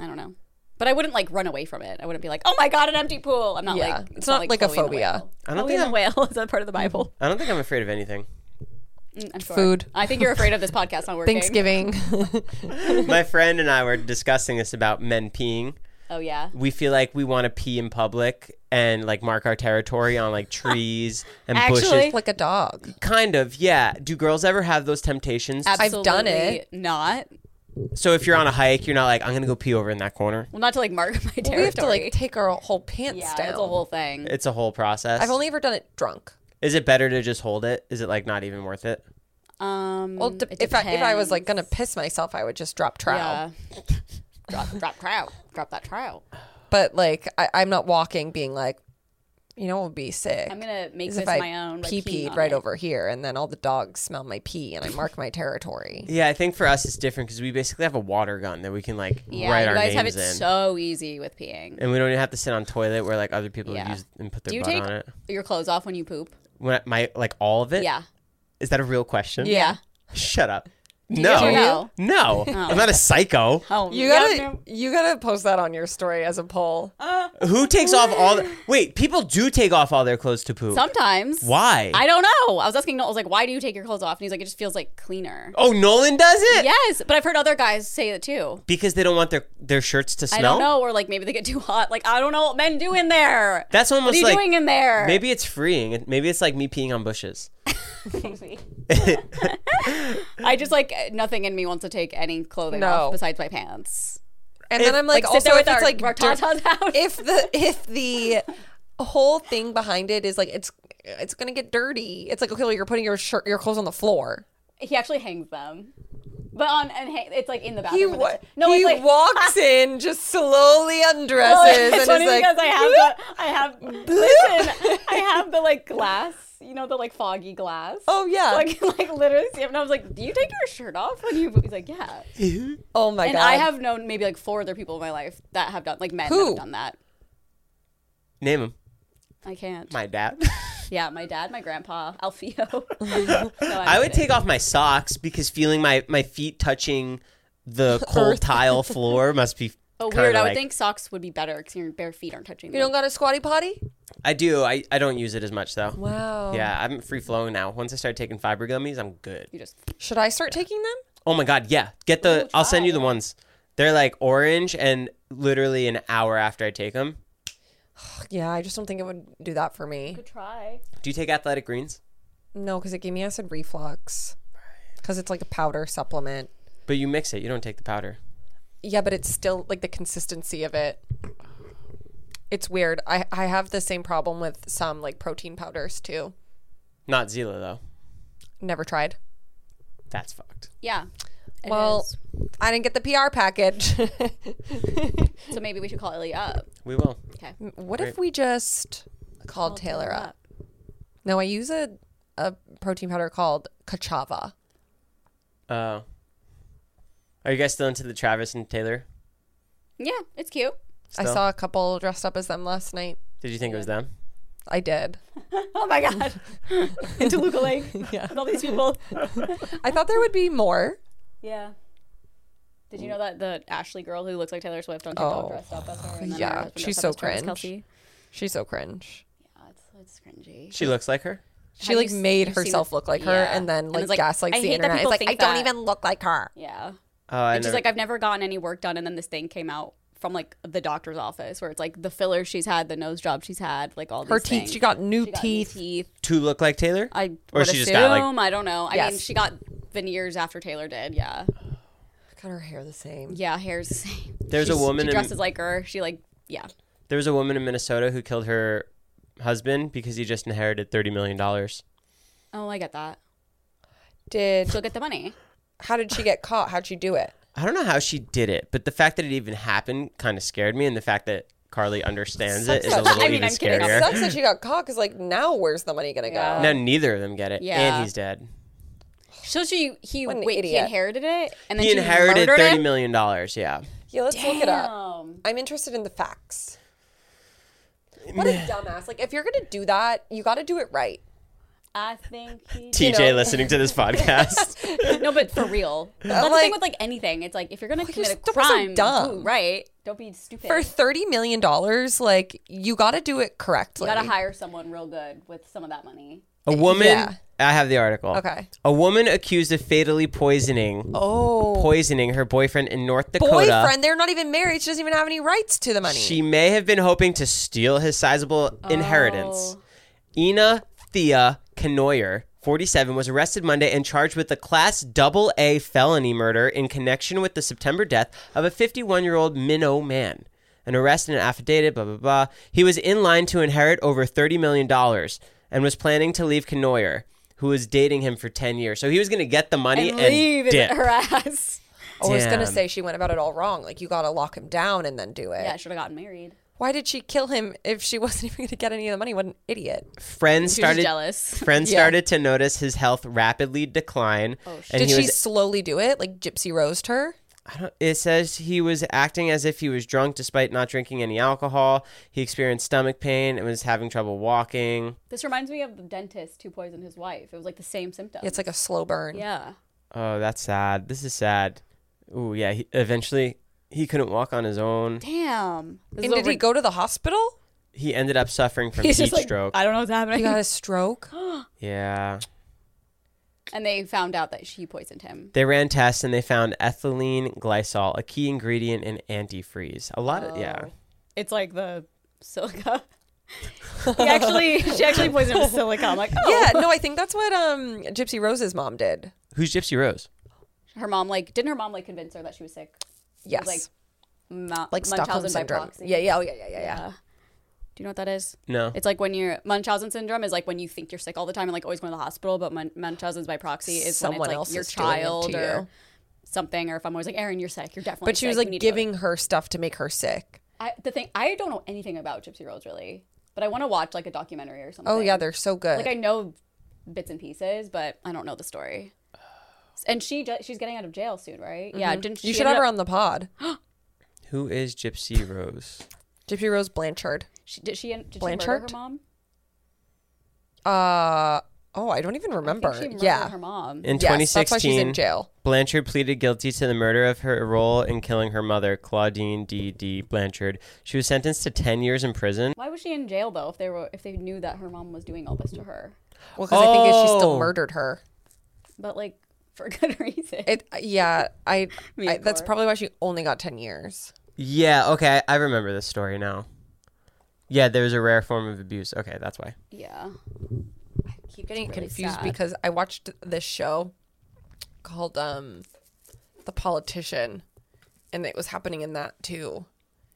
Speaker 2: I don't know. But I wouldn't like run away from it. I wouldn't be like, oh my god, an empty pool. I'm not
Speaker 4: Yeah.
Speaker 2: like.
Speaker 4: It's not like
Speaker 2: Chloe
Speaker 4: a
Speaker 2: and the
Speaker 4: phobia.
Speaker 2: Whale.
Speaker 3: I don't
Speaker 2: Chloe
Speaker 3: think
Speaker 2: and the whale is that part of the Bible.
Speaker 3: I don't think I'm afraid of anything.
Speaker 2: Mm, I'm sure.
Speaker 4: Food.
Speaker 2: I think you're afraid of this podcast not working.
Speaker 4: Thanksgiving.
Speaker 3: My friend and I were discussing this about men peeing.
Speaker 2: Oh yeah.
Speaker 3: We feel like we want to pee in public and like mark our territory on like trees and
Speaker 2: Actually-
Speaker 3: bushes.
Speaker 4: like a dog.
Speaker 3: Kind of, yeah. Do girls ever have those temptations?
Speaker 4: I've done
Speaker 2: Absolutely Not.
Speaker 3: so if you're on a hike, you're not like, I'm gonna go pee over in that corner.
Speaker 2: Well, not to like mark my territory.
Speaker 4: We have to like take our whole pants
Speaker 2: yeah,
Speaker 4: down.
Speaker 2: it's a whole thing.
Speaker 3: It's a whole process.
Speaker 4: I've only ever done it drunk.
Speaker 3: Is it better to just hold it? Is it like not even worth it?
Speaker 2: Um,
Speaker 4: Well, de-
Speaker 2: it
Speaker 4: if I, if I was like
Speaker 2: depends.
Speaker 4: gonna piss myself, I would just drop trowel.
Speaker 2: Yeah. drop, drop trout, drop that trout.
Speaker 4: But like, I, I'm not walking, being like, you know, what would be sick.
Speaker 2: I'm gonna make
Speaker 4: is
Speaker 2: this
Speaker 4: if I
Speaker 2: my own. by
Speaker 4: pee
Speaker 2: peeing
Speaker 4: peed
Speaker 2: on
Speaker 4: right
Speaker 2: it.
Speaker 4: over here, and then all the dogs smell my pee, and I mark my territory.
Speaker 3: Yeah, I think for us it's different because we basically have a water gun that we can like
Speaker 2: Yeah,
Speaker 3: write
Speaker 2: you
Speaker 3: our
Speaker 2: guys
Speaker 3: names
Speaker 2: have it
Speaker 3: in,
Speaker 2: so easy with peeing.
Speaker 3: and we don't even have to sit on toilet where like other people
Speaker 2: Yeah.
Speaker 3: use and put their
Speaker 2: Do you
Speaker 3: butt
Speaker 2: take
Speaker 3: on it.
Speaker 2: your clothes off when you poop?
Speaker 3: When I- my like all of it.
Speaker 2: Yeah.
Speaker 3: Is that a real question?
Speaker 2: Yeah.
Speaker 3: Shut up.
Speaker 2: yes or
Speaker 3: No.
Speaker 2: no?
Speaker 3: No. I'm not a psycho.
Speaker 2: Oh,
Speaker 4: You
Speaker 2: yeah,
Speaker 4: gotta
Speaker 2: no. Uh,
Speaker 4: you gotta post that on your story as a poll.
Speaker 3: Who takes off all? The- Wait, people do take off all their clothes to poop.
Speaker 2: Sometimes.
Speaker 3: Why?
Speaker 2: I don't know. I was asking Noel. I was like, "Why do you take your clothes off?" And he's like, "It just feels like cleaner."
Speaker 3: oh, Nolan does it
Speaker 2: Yes, but I've heard other guys say it too.
Speaker 3: because they don't want their their shirts to smell.
Speaker 2: I don't know, or like maybe they get too hot. Like I don't know what men do in there.
Speaker 3: That's
Speaker 2: what are
Speaker 3: almost
Speaker 2: you
Speaker 3: like
Speaker 2: doing in there?
Speaker 3: maybe it's freeing. It- Maybe it's like me peeing on bushes.
Speaker 2: Maybe. I just like nothing in me wants to take any clothing
Speaker 4: No.
Speaker 2: off besides my pants.
Speaker 4: And then I'm like,
Speaker 2: Like, sit
Speaker 4: also
Speaker 2: there
Speaker 4: if
Speaker 2: with
Speaker 4: it's
Speaker 2: our,
Speaker 4: like
Speaker 2: our
Speaker 4: dirt-
Speaker 2: tatas out.
Speaker 4: if the if the whole thing behind it is like it's it's gonna get dirty. It's like okay, well you're putting your shirt your clothes on the floor.
Speaker 2: he actually hangs them, but on and hang, it's like in the bathroom.
Speaker 4: He
Speaker 2: with
Speaker 4: wa-
Speaker 2: the- no,
Speaker 4: he
Speaker 2: it's like
Speaker 4: walks in, just slowly
Speaker 2: No,
Speaker 4: undresses,
Speaker 2: it's
Speaker 4: and
Speaker 2: funny
Speaker 4: is like,
Speaker 2: because I have the I have listen, I have the like glass, you know, the like foggy glass.
Speaker 4: oh yeah,
Speaker 2: Like, like literally, see him, and I was like, "Do you take your shirt off when you?" He's like, "Yeah."
Speaker 4: oh my
Speaker 2: And
Speaker 4: god,
Speaker 2: I have known maybe like four other people in my life that have done, like men that
Speaker 4: Who?
Speaker 2: have done that.
Speaker 3: Name him.
Speaker 2: I can't.
Speaker 3: My dad.
Speaker 2: Yeah, my dad, my grandpa, Alfio. No, I'm
Speaker 3: I would
Speaker 2: kidding.
Speaker 3: take off my socks because feeling my, my feet touching the cold tile floor must be
Speaker 2: Oh,
Speaker 3: kinda
Speaker 2: weird. I would
Speaker 3: like-
Speaker 2: think socks would be better because your bare feet aren't touching.
Speaker 4: You don't got a squatty potty?
Speaker 3: I do. I, I don't use it as much though.
Speaker 4: Wow.
Speaker 3: Yeah, I'm free flowing now. Once I start taking fiber gummies, I'm good.
Speaker 2: You just
Speaker 4: Should I start taking them?
Speaker 3: Oh my god, yeah. Get the I'll send you the ones. They're like orange and literally an hour after I take them.
Speaker 4: Yeah, I just don't think it would do that for me.
Speaker 2: try.
Speaker 3: Do you take athletic greens?
Speaker 4: No, because it gave me acid reflux. Because it's like a powder supplement.
Speaker 3: But you mix it. You don't take the powder.
Speaker 4: Yeah, but it's still like the consistency of it. It's weird. I, I have the same problem with some like protein powders too.
Speaker 3: Not Zila though.
Speaker 4: Never tried.
Speaker 3: That's fucked.
Speaker 2: Yeah. It
Speaker 4: well,
Speaker 2: is.
Speaker 4: I didn't get the PR package.
Speaker 2: so maybe we should call Ilya up.
Speaker 3: We will.
Speaker 2: Okay.
Speaker 4: what if we just called Taylor up? No, I use a, a protein powder called Kachava.
Speaker 3: Uh, are you guys still into the Travis and Taylor?
Speaker 2: Yeah, it's cute.
Speaker 4: I
Speaker 3: Still?
Speaker 4: saw a couple dressed up as them last night.
Speaker 3: Did you think it was them?
Speaker 4: I did.
Speaker 2: Oh my god. Into Luca Lake. Yeah. With all these people.
Speaker 4: I thought there would be more.
Speaker 2: Yeah. Did you know that the Ashley girl who looks like Taylor Swift on TikTok
Speaker 4: Oh.
Speaker 2: dressed up as her? And then
Speaker 4: Yeah,
Speaker 2: her husband
Speaker 4: she's
Speaker 2: dressed up
Speaker 4: so
Speaker 2: as Travis
Speaker 4: cringe.
Speaker 2: Kelce?
Speaker 4: She's so cringe.
Speaker 2: Yeah, it's, it's cringy.
Speaker 3: She looks like her.
Speaker 4: She
Speaker 2: Have
Speaker 4: like
Speaker 2: you s-
Speaker 4: made
Speaker 2: you've seen
Speaker 4: herself
Speaker 2: the-
Speaker 4: look like her,
Speaker 2: Yeah.
Speaker 4: and then
Speaker 2: And
Speaker 4: like
Speaker 2: it's like,
Speaker 4: gaslights
Speaker 2: I
Speaker 4: the
Speaker 2: hate that
Speaker 4: internet. It's
Speaker 2: people
Speaker 4: like
Speaker 2: think
Speaker 4: I don't
Speaker 2: that."
Speaker 4: even look like her.
Speaker 2: Yeah.
Speaker 3: Oh, I
Speaker 2: And she's
Speaker 3: never-
Speaker 2: like, I've never gotten any work done, and then this thing came out from like the doctor's office where it's like the fillers she's had, the nose job she's had, like all these
Speaker 4: Her teeth.
Speaker 2: things.
Speaker 4: She got new
Speaker 2: She got new
Speaker 4: teeth.
Speaker 2: teeth.
Speaker 3: to look like Taylor.
Speaker 2: I
Speaker 3: Or
Speaker 2: would
Speaker 3: she
Speaker 2: assume.
Speaker 3: just got, like-
Speaker 2: I don't know. I mean,
Speaker 4: Yes.
Speaker 2: she got veneers after Taylor did. Yeah,
Speaker 4: Got her hair the same.
Speaker 2: yeah. Hair's the same.
Speaker 3: There's a
Speaker 2: She's-
Speaker 3: woman
Speaker 2: She
Speaker 3: in-
Speaker 2: dresses like her. She like yeah.
Speaker 3: There was a woman in Minnesota who killed her husband because he just inherited thirty million dollars.
Speaker 2: Oh, I get that.
Speaker 4: Did
Speaker 2: She'll get the money.
Speaker 4: how did she get caught? How'd she do it?
Speaker 3: I don't know how she did it, but the fact that it even happened kind of scared me, and the fact that Carly understands it is a
Speaker 4: that-
Speaker 3: little
Speaker 2: I mean,
Speaker 3: even
Speaker 2: I'm kidding.
Speaker 3: scarier.
Speaker 4: Sucks that she got caught because like now where's the money gonna
Speaker 2: Yeah.
Speaker 4: go?
Speaker 3: Now neither of them get it,
Speaker 2: Yeah.
Speaker 3: and he's dead.
Speaker 2: So she he
Speaker 4: What an
Speaker 2: wait he
Speaker 4: idiot.
Speaker 2: inherited it and then
Speaker 3: He
Speaker 2: she
Speaker 3: inherited
Speaker 2: murdered
Speaker 3: thirty
Speaker 2: it?
Speaker 3: million dollars. Yeah,
Speaker 4: Yeah, let's look it up.
Speaker 2: Um,
Speaker 4: I'm interested in the facts. What a dumbass! Like if you're gonna do that, you got to do it right.
Speaker 2: I think he
Speaker 3: TJ
Speaker 4: know-
Speaker 3: listening to this podcast.
Speaker 2: no, but for real. That's the
Speaker 4: like-
Speaker 2: thing with like anything. It's like if you're gonna commit a
Speaker 4: just don't be so
Speaker 2: crime,
Speaker 4: dumb.
Speaker 2: do right? Don't be stupid.
Speaker 4: For thirty million dollars, like you got to do it correctly.
Speaker 2: you gotta hire someone real good with some of that money.
Speaker 3: A woman.
Speaker 4: Yeah.
Speaker 3: I have the article.
Speaker 4: Okay.
Speaker 3: A woman accused of fatally poisoning
Speaker 4: Oh,
Speaker 3: poisoning her boyfriend in North Dakota.
Speaker 4: boyfriend. They're not even married. She doesn't even have any rights to the money.
Speaker 3: She may have been hoping to steal his sizable inheritance. Ina Thea Knoyer, 47, was arrested Monday and charged with a class double A felony murder in connection with the September death of a 51 year old Minnow man. An arrest and an affidavit, blah, blah, blah. He was in line to inherit over $30 million and was planning to leave Knoyer, who was dating him for 10 years. So he was going to get the money and,
Speaker 2: And leave and
Speaker 3: dip.
Speaker 2: harass.
Speaker 4: Oh, I was gonna
Speaker 3: Damn.
Speaker 4: say she went about it all wrong. Like you gotta lock him down and then do it.
Speaker 2: Yeah, I should have gotten married.
Speaker 4: Why did she kill him if she wasn't even gonna get any of the money? What an idiot!
Speaker 3: Friends
Speaker 2: She was
Speaker 3: started.
Speaker 2: jealous.
Speaker 3: Friends
Speaker 4: Yeah.
Speaker 3: started to notice his health rapidly decline. Oh,
Speaker 2: shit.
Speaker 3: and
Speaker 4: did
Speaker 3: he
Speaker 4: she
Speaker 3: was
Speaker 4: slowly do it? Like Gypsy Rosed her?
Speaker 3: I don't- It says he was acting as if he was drunk despite not drinking any alcohol. He experienced stomach pain and was having trouble walking.
Speaker 2: This reminds me of the dentist who poisoned his wife. It was like the same symptom.
Speaker 4: It's like a slow burn.
Speaker 2: yeah.
Speaker 3: Oh, that's sad. This is sad. Ooh, yeah. He, eventually, he couldn't walk on his own.
Speaker 2: Damn. This
Speaker 4: And
Speaker 2: is
Speaker 4: did
Speaker 2: over-
Speaker 4: he go to the hospital?
Speaker 3: He ended up suffering from
Speaker 2: He's
Speaker 3: heat
Speaker 2: just like,
Speaker 3: stroke.
Speaker 2: I don't know what's
Speaker 4: He
Speaker 2: happening.
Speaker 4: got a stroke.
Speaker 3: yeah.
Speaker 2: And they found out that she poisoned him.
Speaker 3: They ran tests and they found ethylene glycol, a key ingredient in antifreeze. A lot of yeah.
Speaker 2: Oh. It's like the silica. he actually, she actually poisoned him with silica. I'm like, oh.
Speaker 4: yeah, no, I think that's what um Gypsy Rose's mom did.
Speaker 3: Who's Gypsy Rose?
Speaker 2: Her mom like didn't her mom like convince her that she was sick?
Speaker 4: Yes,
Speaker 2: Like,
Speaker 4: like,
Speaker 2: Ma-
Speaker 4: Stockholm
Speaker 2: Munchausen by
Speaker 4: syndrome.
Speaker 2: proxy. Uh,
Speaker 4: Yeah, yeah, oh, yeah, yeah, yeah, yeah.
Speaker 2: Do you know what that is?
Speaker 3: No.
Speaker 2: It's like when you're Munchausen syndrome is like when you think you're sick all the time and like always going to the hospital, but Mun- Munchausen's by proxy is
Speaker 4: Someone
Speaker 2: when it's
Speaker 4: else
Speaker 2: like your
Speaker 4: is doing it to
Speaker 2: child or
Speaker 4: you.
Speaker 2: something. Or if I'm always like, Aaron, you're sick. You're definitely.
Speaker 4: But she was
Speaker 2: sick. You
Speaker 4: like
Speaker 2: need to go to
Speaker 4: giving her stuff to make her sick.
Speaker 2: I, the thing I don't know anything about Gypsy Rose really, but I want to watch like a documentary or something.
Speaker 4: Oh yeah, they're so good.
Speaker 2: like I know bits and pieces, but I don't know the story. And she ju- she's getting out of jail soon, right? Yeah, didn't she
Speaker 4: Mm-hmm. you should
Speaker 2: end
Speaker 4: have her
Speaker 2: up-
Speaker 4: on the pod.
Speaker 3: Who is Gypsy Rose?
Speaker 4: Gypsy Rose Blanchard.
Speaker 2: She, did she did she murder her
Speaker 4: Blanchard?
Speaker 2: mom?
Speaker 4: Uh oh, I don't even remember.
Speaker 2: She murdered
Speaker 4: yeah.
Speaker 2: her mom.
Speaker 3: In
Speaker 4: Yes, that's why she's
Speaker 3: 2016,
Speaker 4: in jail.
Speaker 3: Blanchard pleaded guilty to the murder of her role in killing her mother, Claudine D. D. Blanchard. She was sentenced to 10 years in prison.
Speaker 2: Why was she in jail though? If they were, if they knew that her mom was doing all this to her,
Speaker 4: Well, because I think she
Speaker 3: Oh.
Speaker 4: still murdered her.
Speaker 2: but like for good reason.
Speaker 4: It uh, yeah, I,
Speaker 2: Me,
Speaker 4: I
Speaker 2: of
Speaker 4: that's
Speaker 2: course.
Speaker 4: probably why she only got ten years.
Speaker 3: Yeah, okay, I I remember this story now. Yeah, there was a rare form of abuse. Okay, that's why.
Speaker 2: yeah. I keep
Speaker 4: I'm
Speaker 2: getting really
Speaker 4: confused
Speaker 2: sad.
Speaker 4: because I watched this show called um The Politician and it was happening in that too.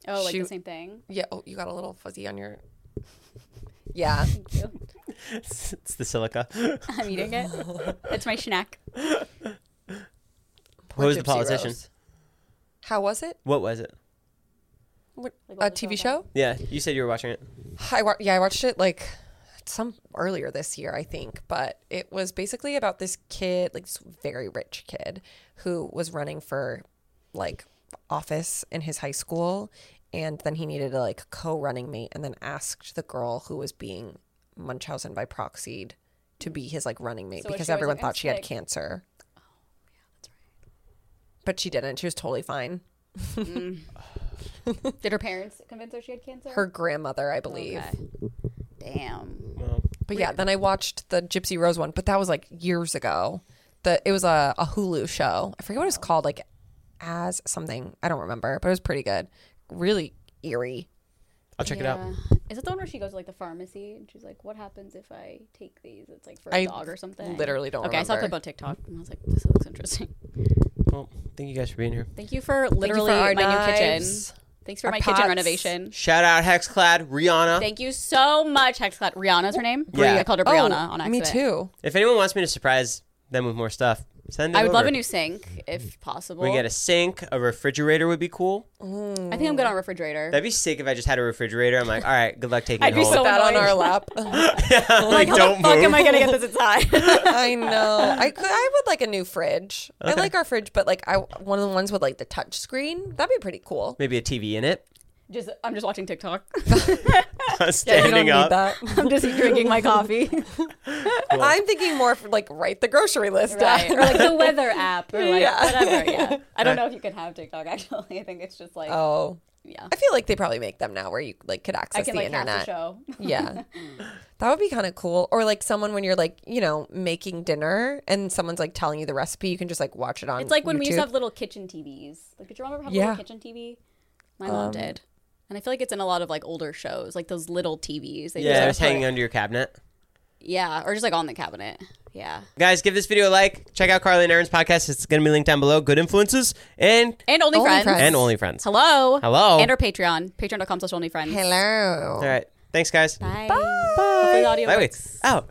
Speaker 2: oh, like
Speaker 4: she-
Speaker 2: the same thing.
Speaker 4: Yeah, oh you got a little fuzzy on your Yeah.
Speaker 3: It's the silica.
Speaker 2: I'm eating it. It's my snack.
Speaker 3: What was the
Speaker 4: Gypsy
Speaker 3: politician?
Speaker 4: Rose. How was it?
Speaker 3: What was it?
Speaker 4: What,
Speaker 2: Like, what
Speaker 4: a
Speaker 2: was
Speaker 4: TV
Speaker 2: it
Speaker 4: show?
Speaker 2: about?
Speaker 3: Yeah, you said you were watching it.
Speaker 4: I wa- yeah, I watched it like some earlier this year, I think, but it was basically about this kid, like this very rich kid who was running for like office in his high school and then he needed a like co-running mate and then asked the girl who was being Munchausen by proxy to be his like running mate
Speaker 2: So was
Speaker 4: because
Speaker 2: she always,
Speaker 4: everyone
Speaker 2: like, Oh,
Speaker 4: thought
Speaker 2: "I'm
Speaker 4: she had
Speaker 2: sick"?
Speaker 4: cancer. But she didn't. She was totally fine.
Speaker 2: Did her parents convince her she had cancer?
Speaker 4: Her grandmother, I believe.
Speaker 2: Damn.
Speaker 4: But yeah, then I watched the Gypsy Rose one, but that was like years ago. The it was a, a Hulu show. I forget what it's called, like as something. I don't remember, but it was pretty good. Really eerie.
Speaker 3: I'll check it out.
Speaker 2: Is it the one where she goes to like the pharmacy and she's like, "What happens if I take these?" It's like for a
Speaker 4: I
Speaker 2: dog or something.
Speaker 4: literally don't
Speaker 2: Okay, I saw
Speaker 4: remember.
Speaker 2: that about TikTok and I was like, "This looks interesting."
Speaker 3: Well, thank you guys for being here.
Speaker 2: Thank you for literally
Speaker 4: our
Speaker 2: my
Speaker 4: knives,
Speaker 2: new kitchen. Thanks for
Speaker 4: our
Speaker 2: my
Speaker 4: pots.
Speaker 2: kitchen renovation.
Speaker 3: Shout out Hexclad, Rihanna.
Speaker 2: Thank you so much, Hexclad. Rihanna's her name.
Speaker 3: Yeah.
Speaker 2: I called her Brianna on
Speaker 4: me
Speaker 2: accident.
Speaker 4: too.
Speaker 3: if anyone wants me to surprise them with more stuff, send it
Speaker 2: I would love
Speaker 3: over.
Speaker 2: a new sink if possible.
Speaker 3: We get a sink, a refrigerator would be cool.
Speaker 2: I think I'm good on refrigerator.
Speaker 3: That'd be sick if I just had a refrigerator. I'm like, all right, good luck taking
Speaker 2: I'd
Speaker 3: it
Speaker 2: be
Speaker 3: home.
Speaker 2: so
Speaker 4: That on
Speaker 2: annoying.
Speaker 4: our lap.
Speaker 3: I'm like,
Speaker 2: How
Speaker 3: don't
Speaker 2: the fuck
Speaker 3: move.
Speaker 2: am I gonna get this inside?
Speaker 4: I know. I could. I would like a new fridge. I like our fridge, but like I one of the ones with like the touch screen. That'd be pretty cool.
Speaker 3: Maybe a TV in it.
Speaker 2: just I'm just watching TikTok.
Speaker 4: You don't
Speaker 3: Standing
Speaker 4: need
Speaker 3: up.
Speaker 4: that.
Speaker 2: I'm just drinking my coffee.
Speaker 4: I'm thinking more for like write the grocery list
Speaker 2: right.
Speaker 4: down.
Speaker 2: Or like the weather app or like
Speaker 4: Yeah.
Speaker 2: whatever. Yeah. I don't know if you could have TikTok actually. I think it's just like
Speaker 4: Oh,
Speaker 2: yeah.
Speaker 4: I feel like they probably make them now where you like could access
Speaker 2: I can
Speaker 4: the
Speaker 2: like
Speaker 4: internet.
Speaker 2: cast a show.
Speaker 4: Yeah. That would be kind of cool. Or like someone when you're like, you know, making dinner and someone's like telling you the recipe, you can just like watch it on
Speaker 2: It's like when we used
Speaker 4: YouTube.
Speaker 2: to have little kitchen TVs. Like did your mom ever have a
Speaker 4: Yeah. Um,
Speaker 2: little kitchen TV? My mom did. And I feel like it's in a lot of like older shows, like those little TVs. They
Speaker 3: Yeah,
Speaker 2: just
Speaker 3: it's
Speaker 2: like,
Speaker 3: hanging
Speaker 2: put-
Speaker 3: under your cabinet.
Speaker 2: Yeah, or just like on the cabinet. Yeah.
Speaker 3: Guys, give this video a like. Check out Carly and Aaron's podcast. It's going to be linked down below. Good influences and
Speaker 2: And only,
Speaker 4: Only
Speaker 2: friends.
Speaker 4: Friends.
Speaker 3: and only friends.
Speaker 2: Hello.
Speaker 3: Hello.
Speaker 2: And our Patreon. Patreon.com slash only friends.
Speaker 4: Hello.
Speaker 3: All right. Thanks, guys. Oh.
Speaker 2: Bye. Hopefully the audio
Speaker 3: Bye. Wait.
Speaker 2: works.
Speaker 3: Out.